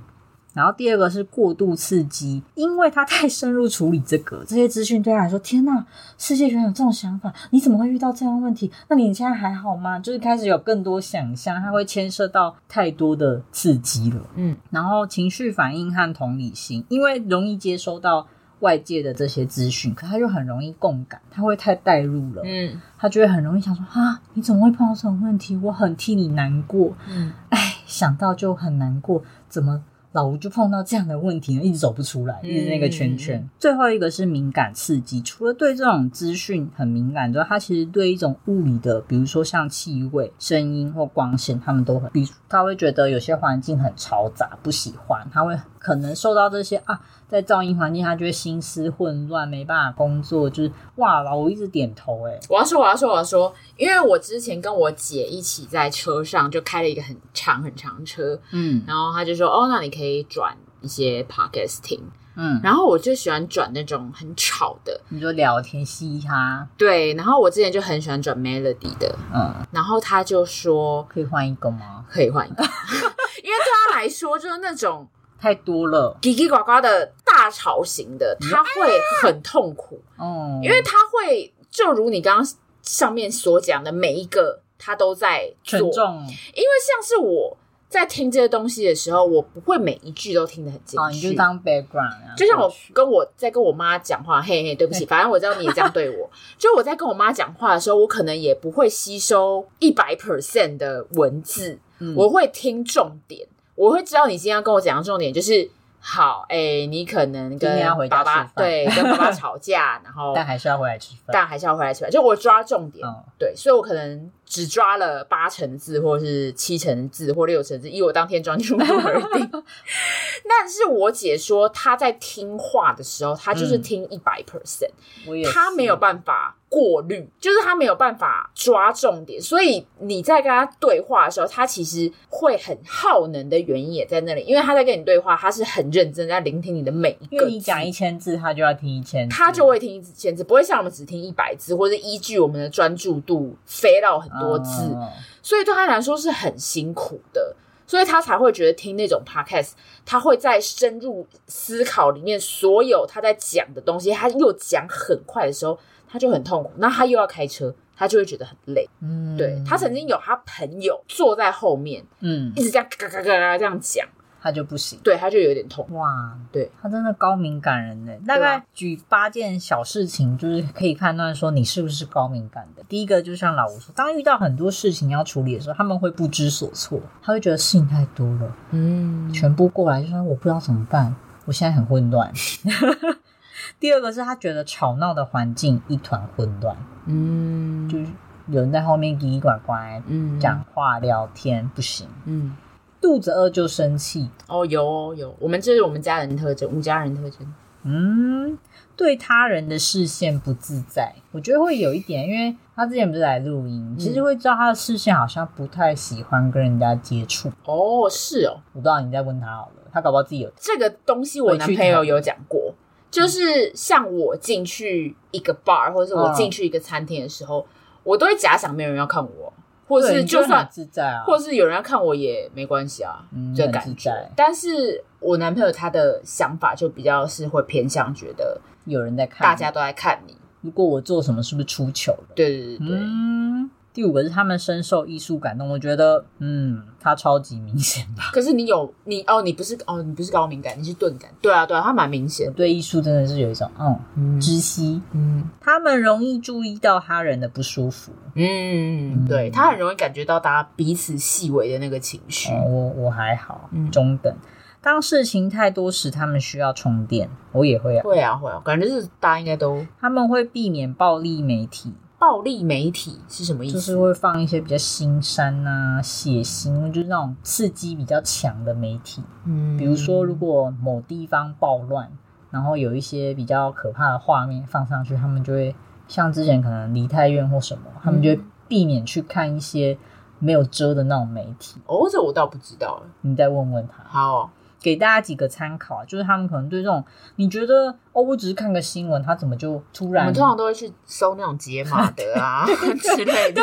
Speaker 1: 然后第二个是过度刺激，因为他太深入处理这个这些资讯，对他来说，天呐，世界原来有这种想法，你怎么会遇到这样的问题？那你现在还好吗？就是开始有更多想象，它会牵涉到太多的刺激了。
Speaker 2: 嗯，
Speaker 1: 然后情绪反应和同理心，因为容易接收到外界的这些资讯，可他又很容易共感，他会太带入了，
Speaker 2: 嗯
Speaker 1: 他就会很容易想说啊，你怎么会碰到这种问题？我很替你难过。
Speaker 2: 嗯，
Speaker 1: 唉，想到就很难过，怎么老吴就碰到这样的问题呢？一直走不出来，一直那个圈圈。最后一个是敏感刺激，除了对这种资讯很敏感之外，他其实对一种物理的，比如说像气味、声音或光线，他们都很，比如他会觉得有些环境很嘈杂，不喜欢，他会可能受到这些啊，在噪音环境，他就会心思混乱，没办法工作，就是哇，老吴一直点头、欸，
Speaker 2: 我要说，我要说，我要说，因为我之前跟我姐一起在车上就开了一个很长很长的车，
Speaker 1: 嗯
Speaker 2: 然后她就说，哦，那你可以转一些 podcast 听，
Speaker 1: 嗯，
Speaker 2: 然后我就喜欢转那种很吵的，
Speaker 1: 你就聊天嘻哈，
Speaker 2: 对，然后我之前就很喜欢转 melody 的，
Speaker 1: 嗯，
Speaker 2: 然后她就说
Speaker 1: 可以换一个吗？
Speaker 2: 可以换一个， 因为对她来说就是那种
Speaker 1: 太多了，
Speaker 2: 叽叽呱呱的大吵型的，她会很痛苦，
Speaker 1: 哦，
Speaker 2: 因为她会就如你刚刚上面所讲的每一个。她都在做
Speaker 1: 权，重
Speaker 2: 因为像是我在听这些东西的时候，我不会每一句都听得很进
Speaker 1: 啊，你
Speaker 2: 去。
Speaker 1: 就当 background 啊，
Speaker 2: 就像我跟我在跟我妈讲话，嘿嘿，对不起，反正我知道你也这样对 我。就我在跟我妈讲话的时候，我可能也不会吸收一百 percent 的文字，
Speaker 1: 嗯
Speaker 2: 我会听重点，我会知道你今天要跟我讲的重点就是。好，哎、你可能
Speaker 1: 今
Speaker 2: 跟
Speaker 1: 天要回家
Speaker 2: 爸
Speaker 1: 吃
Speaker 2: 爸
Speaker 1: 饭
Speaker 2: 对跟爸爸吵 架，然后
Speaker 1: 但还是要回来吃饭，
Speaker 2: 但还是要回来吃饭。就我抓重点，
Speaker 1: 嗯
Speaker 2: 对，所以我可能只抓了八成字，或是七成字，或六成字，以我当天专注度而定。 但是我姐说，她在听话的时候，她
Speaker 1: 嗯
Speaker 2: 就是听一百 percent，
Speaker 1: 我也是
Speaker 2: 她没有办法过滤，就是她没有办法抓重点。所以你在跟她对话的时候，她其实会很耗能的原因也在那里，因为她在跟你对话，她是很认真在聆听你的每一
Speaker 1: 因
Speaker 2: 个
Speaker 1: 为你
Speaker 2: 字
Speaker 1: 讲一千字，他就要听一千字，
Speaker 2: 他就会听一千字，不会像我们只听一百字，或者依据我们的专注度飞到很多字，
Speaker 1: 嗯
Speaker 2: 所以对他来说是很辛苦的，所以他才会觉得听那种 podcast，他会在深入思考里面所有他在讲的东西，他又讲很快的时候，他就很痛苦，那他又要开车，他就会觉得很累。
Speaker 1: 嗯
Speaker 2: 对他曾经有他朋友坐在后面，
Speaker 1: 嗯，
Speaker 2: 一直这样嘎嘎嘎嘎这样讲，
Speaker 1: 他就不行，
Speaker 2: 对他就有点痛。
Speaker 1: 哇，
Speaker 2: 对啊
Speaker 1: 他真的高敏感人呢。大概举八件小事情，就是可以判断说你是不是高敏感的。第一个就像老吴说，当遇到很多事情要处理的时候，他们会不知所措，他会觉得事情太多了。
Speaker 2: 嗯，
Speaker 1: 全部过来，就说我不知道怎么办，我现在很 混乱。第二个是他觉得吵闹的环境一团混乱，
Speaker 2: 嗯，
Speaker 1: 就是有人在后面叽叽呱呱
Speaker 2: 嗯
Speaker 1: 讲话聊天，不行。
Speaker 2: 嗯。
Speaker 1: 肚子饿就生气，
Speaker 2: 哦，有哦有，我们这是我们家人特征，吴家人特征。
Speaker 1: 嗯，对他人的视线不自在，我觉得会有一点，因为他之前不是来录
Speaker 2: 嗯
Speaker 1: 音，其实会知道他的视线好像不太喜欢跟人家接触。
Speaker 2: 哦，是哦，
Speaker 1: 我不知道你再问他好了，他搞不好自己有。
Speaker 2: 这个东西我男朋友有讲过，就是像我进去一个 bar 或者是我
Speaker 1: 嗯
Speaker 2: 进去一个餐厅的时候，我都会假想没有人要看我，或者
Speaker 1: 对
Speaker 2: 是
Speaker 1: 你就
Speaker 2: 就
Speaker 1: 很
Speaker 2: 算，
Speaker 1: 自在啊，
Speaker 2: 或者是有人要看我也没关系啊，
Speaker 1: 嗯
Speaker 2: 这
Speaker 1: 很
Speaker 2: 感
Speaker 1: 自
Speaker 2: 觉
Speaker 1: 在。
Speaker 2: 但是我男朋友他的想法就比较是会偏向觉得
Speaker 1: 有人在看你，
Speaker 2: 大家都在看你，
Speaker 1: 如果我做什么，是不是出糗了？
Speaker 2: 对对对对对，
Speaker 1: 嗯，第五个是他们深受艺术感动，我觉得，嗯，它超级明显 吧。
Speaker 2: 可是你有你哦，你不是哦，你不是高敏感，你是钝感。对啊，对啊，它蛮明
Speaker 1: 我
Speaker 2: 显。
Speaker 1: 对艺术真的是有一种嗯
Speaker 2: 嗯
Speaker 1: 窒息，
Speaker 2: 嗯
Speaker 1: 他们容易注意到他人的不舒服。
Speaker 2: 嗯，对，他很容易感觉到大家彼此细微的那个情绪。
Speaker 1: 哦，我我还好
Speaker 2: 嗯，
Speaker 1: 中等。当事情太多时，他们需要充电，我也会啊。
Speaker 2: 会啊，会啊，感觉是大家应该都
Speaker 1: 他们会避免暴力媒体，
Speaker 2: 暴力媒体是什么意思？
Speaker 1: 就是会放一些比较新山啊、血腥，就是那种刺激比较强的媒体。
Speaker 2: 嗯
Speaker 1: 比如说，如果某地方暴乱，然后有一些比较可怕的画面放上去，他们就会像之前可能梨泰院或什么，他们就会避免去看一些没有遮的那种媒体。
Speaker 2: 哦，这我倒不知道了。
Speaker 1: 你再问问他，
Speaker 2: 好哦，
Speaker 1: 给大家几个参考啊，就是他们可能对这种你觉得哦，我只是看个新闻，他怎么就突
Speaker 2: 我
Speaker 1: 然
Speaker 2: 们通常都会去搜那种解码的 啊 之类的。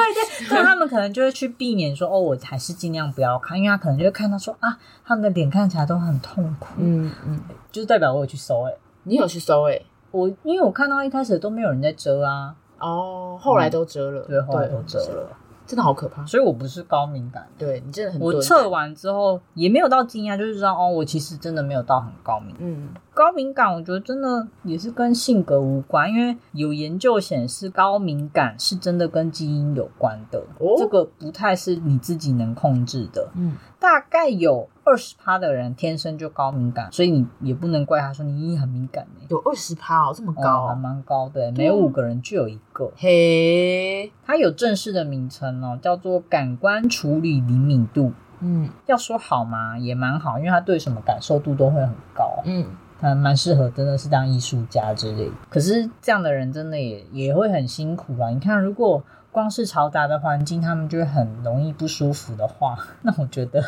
Speaker 1: 那他们可能就会去避免说，哦，我还是尽量不要看，因为他可能就会看到说啊，他们的脸看起来都很痛苦，
Speaker 2: 嗯嗯，
Speaker 1: 就代表我有去搜哎、欸
Speaker 2: 你有去搜哎、
Speaker 1: 我因为我看到一开始都没有人在遮啊，
Speaker 2: 哦，后来都遮了，
Speaker 1: 嗯对，后来都遮，了，
Speaker 2: 真的好可怕。
Speaker 1: 所以我不是高敏感的。
Speaker 2: 对你真的很，
Speaker 1: 我测，完之后也没有到惊讶，就是知道哦，我其实真的没有到很高敏。
Speaker 2: 嗯
Speaker 1: 高敏感我觉得真的也是跟性格无关，因为有研究显示高敏感是真的跟基因有关的，
Speaker 2: 哦
Speaker 1: 这个不太是你自己能控制的。
Speaker 2: 嗯，
Speaker 1: 大概有二十趴的人天生就高敏感，所以你也不能怪他说你很敏感呢、
Speaker 2: 有二十趴哦，这么
Speaker 1: 哦、还
Speaker 2: 高，
Speaker 1: 蛮高的，
Speaker 2: 对啊
Speaker 1: 每五个人就有一个。
Speaker 2: 嘿，
Speaker 1: 它有正式的名称哦，叫做感官处理灵敏度。
Speaker 2: 嗯
Speaker 1: 要说好嘛，也蛮好，因为它对什么感受度都会很高，
Speaker 2: 嗯，
Speaker 1: 嗯，蛮适合真的是当艺术家之类的。可是这样的人真的也也会很辛苦啊！你看，如果光是嘈杂的环境，他们就会很容易不舒服的话， 那我觉得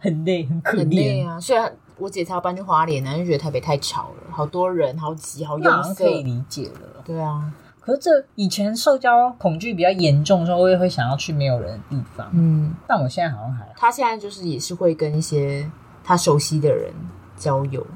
Speaker 1: 很累，很可
Speaker 2: 很累
Speaker 1: 怜。
Speaker 2: 啊。虽然我姐她要搬去花莲呢，就觉得台北太吵了，好多人，好挤，好
Speaker 1: 那好
Speaker 2: 拥
Speaker 1: 像
Speaker 2: 塞
Speaker 1: 可。以理解了。
Speaker 2: 对啊，
Speaker 1: 可是这以前社交恐惧比较严重的时候，我也会想要去没有人的地方，
Speaker 2: 嗯，
Speaker 1: 但我现在好像还好。
Speaker 2: 她现在就是也是会跟一些她熟悉的人交友。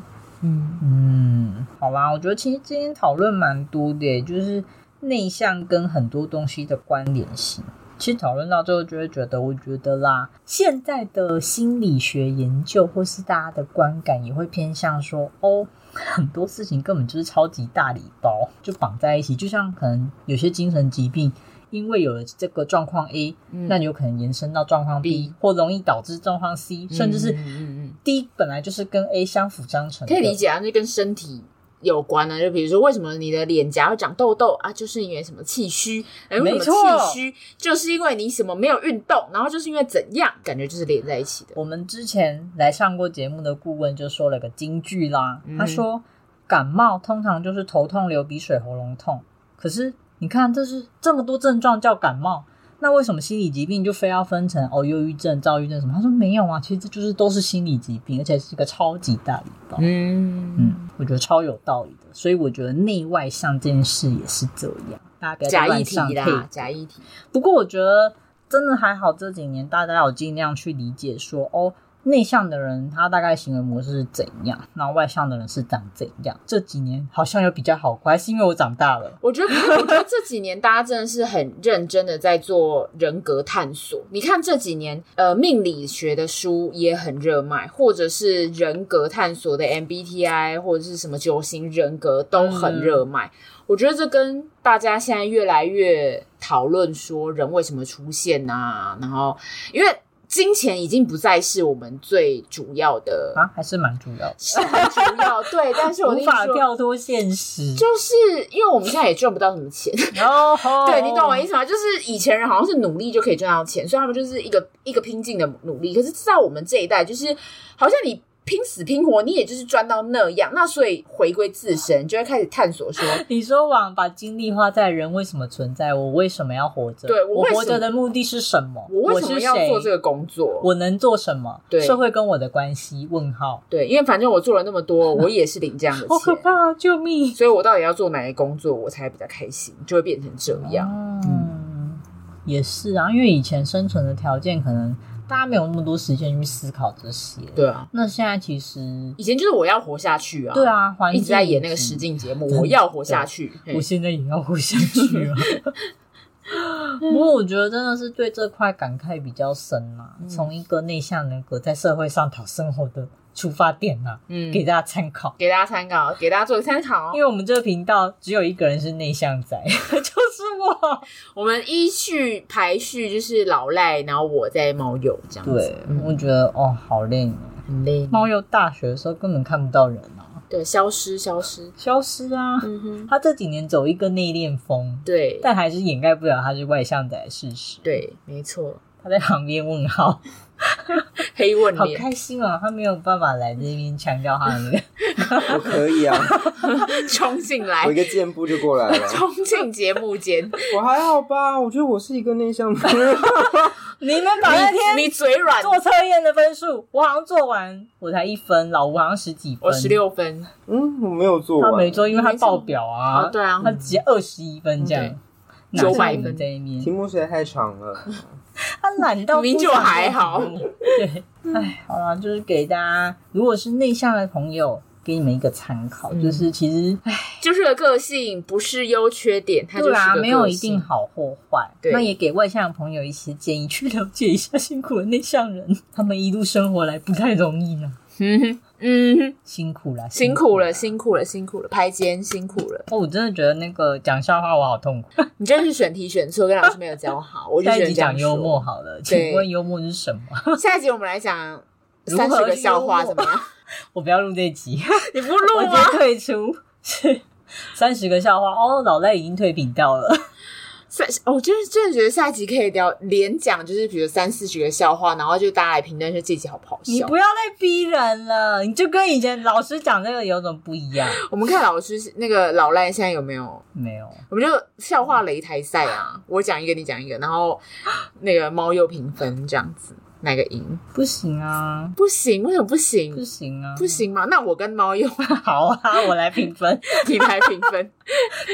Speaker 2: 嗯
Speaker 1: 嗯，好啦，我觉得其实今天讨论蛮多的耶，就是内向跟很多东西的关联性。其实讨论到最后，就会觉得，我觉得啦，现在的心理学研究或是大家的观感也会偏向说，哦，很多事情根本就是超级大礼包，就绑在一起。就像可能有些精神疾病，因为有了这个状况 A，、
Speaker 2: 嗯
Speaker 1: 那有可能延伸到状况 B，,
Speaker 2: B
Speaker 1: 或容易导致状况 C，、甚至是
Speaker 2: 嗯嗯嗯
Speaker 1: D 本来就是跟 A 相辅相成的，
Speaker 2: 可以理解啊，那就跟身体有关啊。就比如说，为什么你的脸颊会长痘痘啊？就是因为什么气虚？哎，为
Speaker 1: 没
Speaker 2: 什
Speaker 1: 错
Speaker 2: 么气虚？就是因为你什么没有运动，然后就是因为怎样，感觉就是连在一起的。
Speaker 1: 我们之前来上过节目的顾问就说了个金句啦，
Speaker 2: 嗯
Speaker 1: 他说感冒通常就是头痛、流鼻水、喉咙痛，可是你看这是这么多症状叫感冒，那为什么心理疾病就非要分成哦忧郁症、躁郁症什么？他说没有啊，其实这就是都是心理疾病，而且是一个超级大礼包。
Speaker 2: 嗯
Speaker 1: 嗯，我觉得超有道理的，所以我觉得内外向这件事也是这样，大家不要再
Speaker 2: 假议
Speaker 1: 乱
Speaker 2: 题
Speaker 1: 上配
Speaker 2: 啦，假议题。
Speaker 1: 不过我觉得真的还好，这几年大家有尽量去理解说，哦，内向的人他大概行为模式是怎样，然后外向的人是长怎样。这几年好像有比较好，还是因为我长大了。
Speaker 2: 我觉得，我觉得这几年大家真的是很认真的在做人格探索。你看这几年，呃，命理学的书也很热卖，或者是人格探索的 MBTI 或者是什么九型人格都很热卖。
Speaker 1: 嗯
Speaker 2: 我觉得这跟大家现在越来越讨论说人为什么出现啊，然后因为金钱已经不再是我们最主要的，
Speaker 1: 啊，还是蛮重要的，
Speaker 2: 是很主要对，但是我跟
Speaker 1: 无
Speaker 2: 你
Speaker 1: 法
Speaker 2: 说。
Speaker 1: 跳脱现实。
Speaker 2: 就是因为我们现在也赚不到什么钱，
Speaker 1: 然后，
Speaker 2: 对你懂我意思吗？就是以前人好像是努力就可以赚到钱，所以他们就是一个一个拼劲的努力。可是在我们这一代，就是好像你拼死拼活，你也就是赚到那样。那所以回归自
Speaker 1: 啊
Speaker 2: 身，就会开始探索 说，
Speaker 1: 你说往把精力花在人为什么存在，我为什么要活着？
Speaker 2: 对我
Speaker 1: 我
Speaker 2: 为什么
Speaker 1: 活着的目的是什么？
Speaker 2: 我为什么
Speaker 1: 是
Speaker 2: 要做这
Speaker 1: 谁？
Speaker 2: 个工作？
Speaker 1: 我能做什么？
Speaker 2: 对
Speaker 1: 社会跟我的关系？问号，
Speaker 2: 对，因为反正我做了那么 多，我也是领这样的
Speaker 1: 好可
Speaker 2: 钱，
Speaker 1: 怕、啊！救命！
Speaker 2: 所以我到底要做哪些工作，我才比较开心，就会变成这样。
Speaker 1: 嗯，也是啊，因为以前生存的条件可能大家没有那么多时间去思考这些。，
Speaker 2: 对啊，
Speaker 1: 那现在其实
Speaker 2: 以前就是我要活下去啊，
Speaker 1: 对，啊，环
Speaker 2: 一
Speaker 1: 境
Speaker 2: 直在演那个
Speaker 1: 以及啊
Speaker 2: 实。境节目，我要活下去。嘿
Speaker 1: 我现在也要活下去啊！ 不过我觉得真的是对这块感慨比较深啦、
Speaker 2: 嗯
Speaker 1: 从一个内向人格在社会上讨生活的出发点啦、
Speaker 2: 嗯，
Speaker 1: 给大家参考。
Speaker 2: 给大家参考，给大家做个参考
Speaker 1: 因。为我们这个频道只有一个人是内向仔， 就是我。
Speaker 2: 我们依序排序就是老赖，然后我在猫友这样子。
Speaker 1: 对，
Speaker 2: 嗯
Speaker 1: 我觉得哦，好累哦。
Speaker 2: 很累。
Speaker 1: 猫又大学的时候根本看不到人啊，
Speaker 2: 对，消失，消失。
Speaker 1: 消失啊。
Speaker 2: 嗯哼，
Speaker 1: 他这几年走一个内敛风，
Speaker 2: 对，
Speaker 1: 但还是掩盖不了他是外向仔的事实。
Speaker 2: 对，没错。
Speaker 1: 他在旁边问号，
Speaker 2: 嗯黑问
Speaker 1: 好
Speaker 2: 脸，
Speaker 1: 开心哦，他没有办法来这边强调他的那个。
Speaker 4: 我可以啊，
Speaker 2: 冲进
Speaker 3: 啊
Speaker 2: 来
Speaker 4: 我一，个箭步就过来了。
Speaker 2: 冲进节目间。
Speaker 4: 我还好吧，我觉得我是一个内向的人。
Speaker 1: 你们把 那
Speaker 2: 你
Speaker 1: 天
Speaker 2: 你嘴 软，
Speaker 1: 做测验的分数，我好像做完我才一分，老吴好像十几分，
Speaker 2: 我十，六分。
Speaker 4: 嗯，我没有做
Speaker 1: 他
Speaker 4: 完。
Speaker 1: 没做，因为他
Speaker 2: 你没做
Speaker 1: 爆表啊。
Speaker 2: 哦对啊
Speaker 1: 他直接二十一分这样
Speaker 2: 嗯。
Speaker 1: 哪像我们
Speaker 2: 900分
Speaker 1: 这一面，
Speaker 4: 题目实在太长了。
Speaker 1: 他懒到
Speaker 2: 明明就还好。
Speaker 1: 对，哎，好啦，就是给大家，如果是内向的朋友，给你们一个参考，
Speaker 2: 嗯
Speaker 1: 就是其实
Speaker 2: 就是个个性，不是优缺点，它就是
Speaker 1: 对
Speaker 2: 个
Speaker 1: 啊，没有
Speaker 2: 个
Speaker 1: 一定
Speaker 2: 性。
Speaker 1: 好或坏。
Speaker 2: 对
Speaker 1: 那也给外向的朋友一些建议，去了解一下辛苦的内向人，他们一路生活来不太容易呢，
Speaker 2: 嗯哼嗯哼，
Speaker 1: 辛苦啦，
Speaker 2: 辛苦了，
Speaker 1: 啦。
Speaker 2: 辛苦了，辛苦了，拍肩辛苦了。
Speaker 1: 哦，我真的觉得那个讲笑话我好痛苦。
Speaker 2: 你真的是选题选错，跟老师没有教好，我就
Speaker 1: 下
Speaker 2: 觉
Speaker 1: 一
Speaker 2: 得
Speaker 1: 集
Speaker 2: 这样
Speaker 1: 讲幽
Speaker 2: 说
Speaker 1: 默。好了，
Speaker 2: 对
Speaker 1: 请问幽默是什么？
Speaker 2: 下一集我们来讲
Speaker 1: 如
Speaker 2: 三十
Speaker 1: 何
Speaker 2: 个笑话
Speaker 1: 幽默
Speaker 2: 怎 么样？
Speaker 1: 我不要录这一集，
Speaker 2: 你不
Speaker 1: 我
Speaker 2: 录
Speaker 1: 直接
Speaker 2: 吗？
Speaker 1: 退出。 是三十个笑话哦，老赖已经退频道了。
Speaker 2: 三十，我就是真的觉得下一集可以聊连讲，就是比如三四十个笑话，然后就大家来评论说这集好不好
Speaker 1: 你
Speaker 2: 笑
Speaker 1: 不。要再逼人了，你就跟以前老师讲这个有什么不一 样？
Speaker 2: 我们看老师那个老赖现在有没有？
Speaker 1: 没有，
Speaker 2: 我们就笑话擂台赛啊，我讲一个，你讲一个，然后那个猫又评分这样子，哪个赢？
Speaker 1: 不行啊，
Speaker 2: 不行，为什么不
Speaker 1: 不
Speaker 2: 行？
Speaker 1: 行啊，
Speaker 2: 不行吗？那我跟猫又
Speaker 1: 好啊，我来评 分。
Speaker 2: 你来评 分。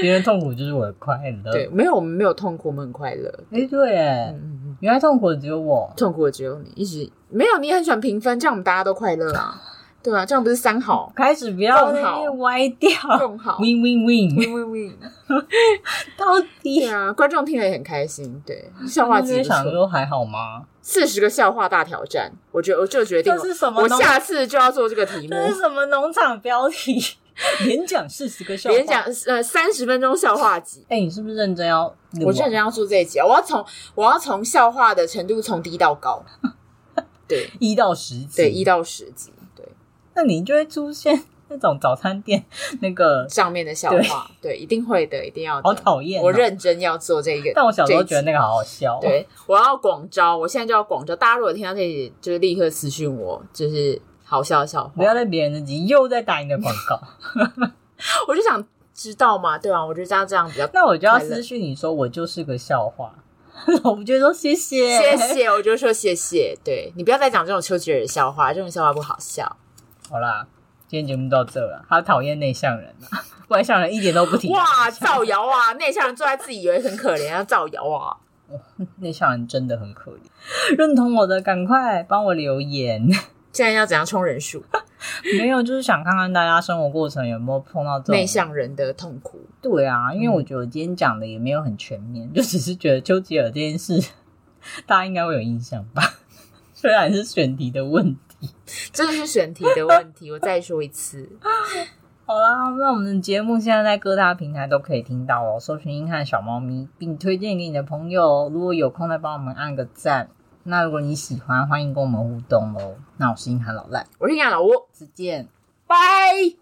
Speaker 1: 别人痛苦就是我的快乐。
Speaker 2: 对，，没有，我们没有痛苦，我们很快乐。
Speaker 1: 哎、对
Speaker 2: 嗯
Speaker 1: 耶，
Speaker 2: 嗯嗯，
Speaker 1: 原来痛苦的只有我。
Speaker 2: 痛苦的只有你，一直没有，你也很喜欢评分，这样我们大家都快乐啊，对啊，这样不是三好
Speaker 1: 开始不要
Speaker 2: 更好
Speaker 1: 那边歪 掉
Speaker 2: 更好
Speaker 1: ，win win 啊 win，
Speaker 2: ？win win win。
Speaker 1: 到
Speaker 2: 对
Speaker 1: 底
Speaker 2: 啊，观众听了也很开心。对，笑话
Speaker 1: 这
Speaker 2: 集
Speaker 1: 边
Speaker 2: 不
Speaker 1: 想
Speaker 2: 错，
Speaker 1: 说还好吗？
Speaker 2: 四十个笑话大挑战，我觉得我就决定
Speaker 1: 这
Speaker 2: 了，
Speaker 1: 是什么
Speaker 2: 我
Speaker 1: 农？
Speaker 2: 下次就要做这个题目。
Speaker 1: 这是什么农场标 题？演讲四十个笑话。
Speaker 2: 连讲呃三十分钟笑话集，
Speaker 1: 哎、你是不是认真要录啊？
Speaker 2: 我认真要做这一集啊，我要从我要从笑话的程度从低到 高，对
Speaker 1: 一到十集。
Speaker 2: 对，一到十集，对
Speaker 1: 那你就会出现 那种早餐店那个，
Speaker 2: 上面的笑话，对，一定会的，一定要的。
Speaker 1: 好讨厌、哦
Speaker 2: 我。认真要做这个，
Speaker 1: 但我小时候觉
Speaker 2: 这一
Speaker 1: 得
Speaker 2: 集。
Speaker 1: 那个好好笑、，哦
Speaker 2: 对，我要广招，我现在就要广招。大家如果听到这里，就是立刻私讯我，就是好笑的笑
Speaker 1: 不
Speaker 2: 话。
Speaker 1: 要在别人的集又在打你的广 告。
Speaker 2: 我就想知道嘛，对啊，我觉得这样这样比较。
Speaker 1: 那我就要
Speaker 2: 快乐
Speaker 1: 私讯你说我就是个笑话， 我不觉得说谢谢
Speaker 2: 谢。谢，我就说谢谢。对你不要再讲这种丘吉尔的笑话，这种笑话不好笑。
Speaker 1: 好啦，今天节目到这了。他讨厌内向人啊，外向人一点都不听。
Speaker 2: 哇，造谣啊！内向人坐在自己以为很可怜，要造谣啊！
Speaker 1: 内向人真的很可怜。认同我的，赶快帮我留言。
Speaker 2: 现在要怎样冲人数？
Speaker 1: 没有，就是想看看大家生活过程有没有碰到这种
Speaker 2: 内。向人的痛苦，
Speaker 1: 对啊，因为我觉得我今天讲的也没有很全面，就只是觉得丘吉尔这件事，大家应该会有印象吧。虽然是选题的问题。
Speaker 2: 真的是选题的问题。我再说一次，
Speaker 1: 好啦，那我们的节目现在在各大平台都可以听到哦，搜寻“硬汉小猫咪”，并推荐给你的朋友哦。如果有空再帮我们按个赞。那如果你喜欢，欢迎跟我们互动哦。那我是硬汉老赖，
Speaker 2: 我是杨老吴，
Speaker 1: 再见。
Speaker 2: 拜。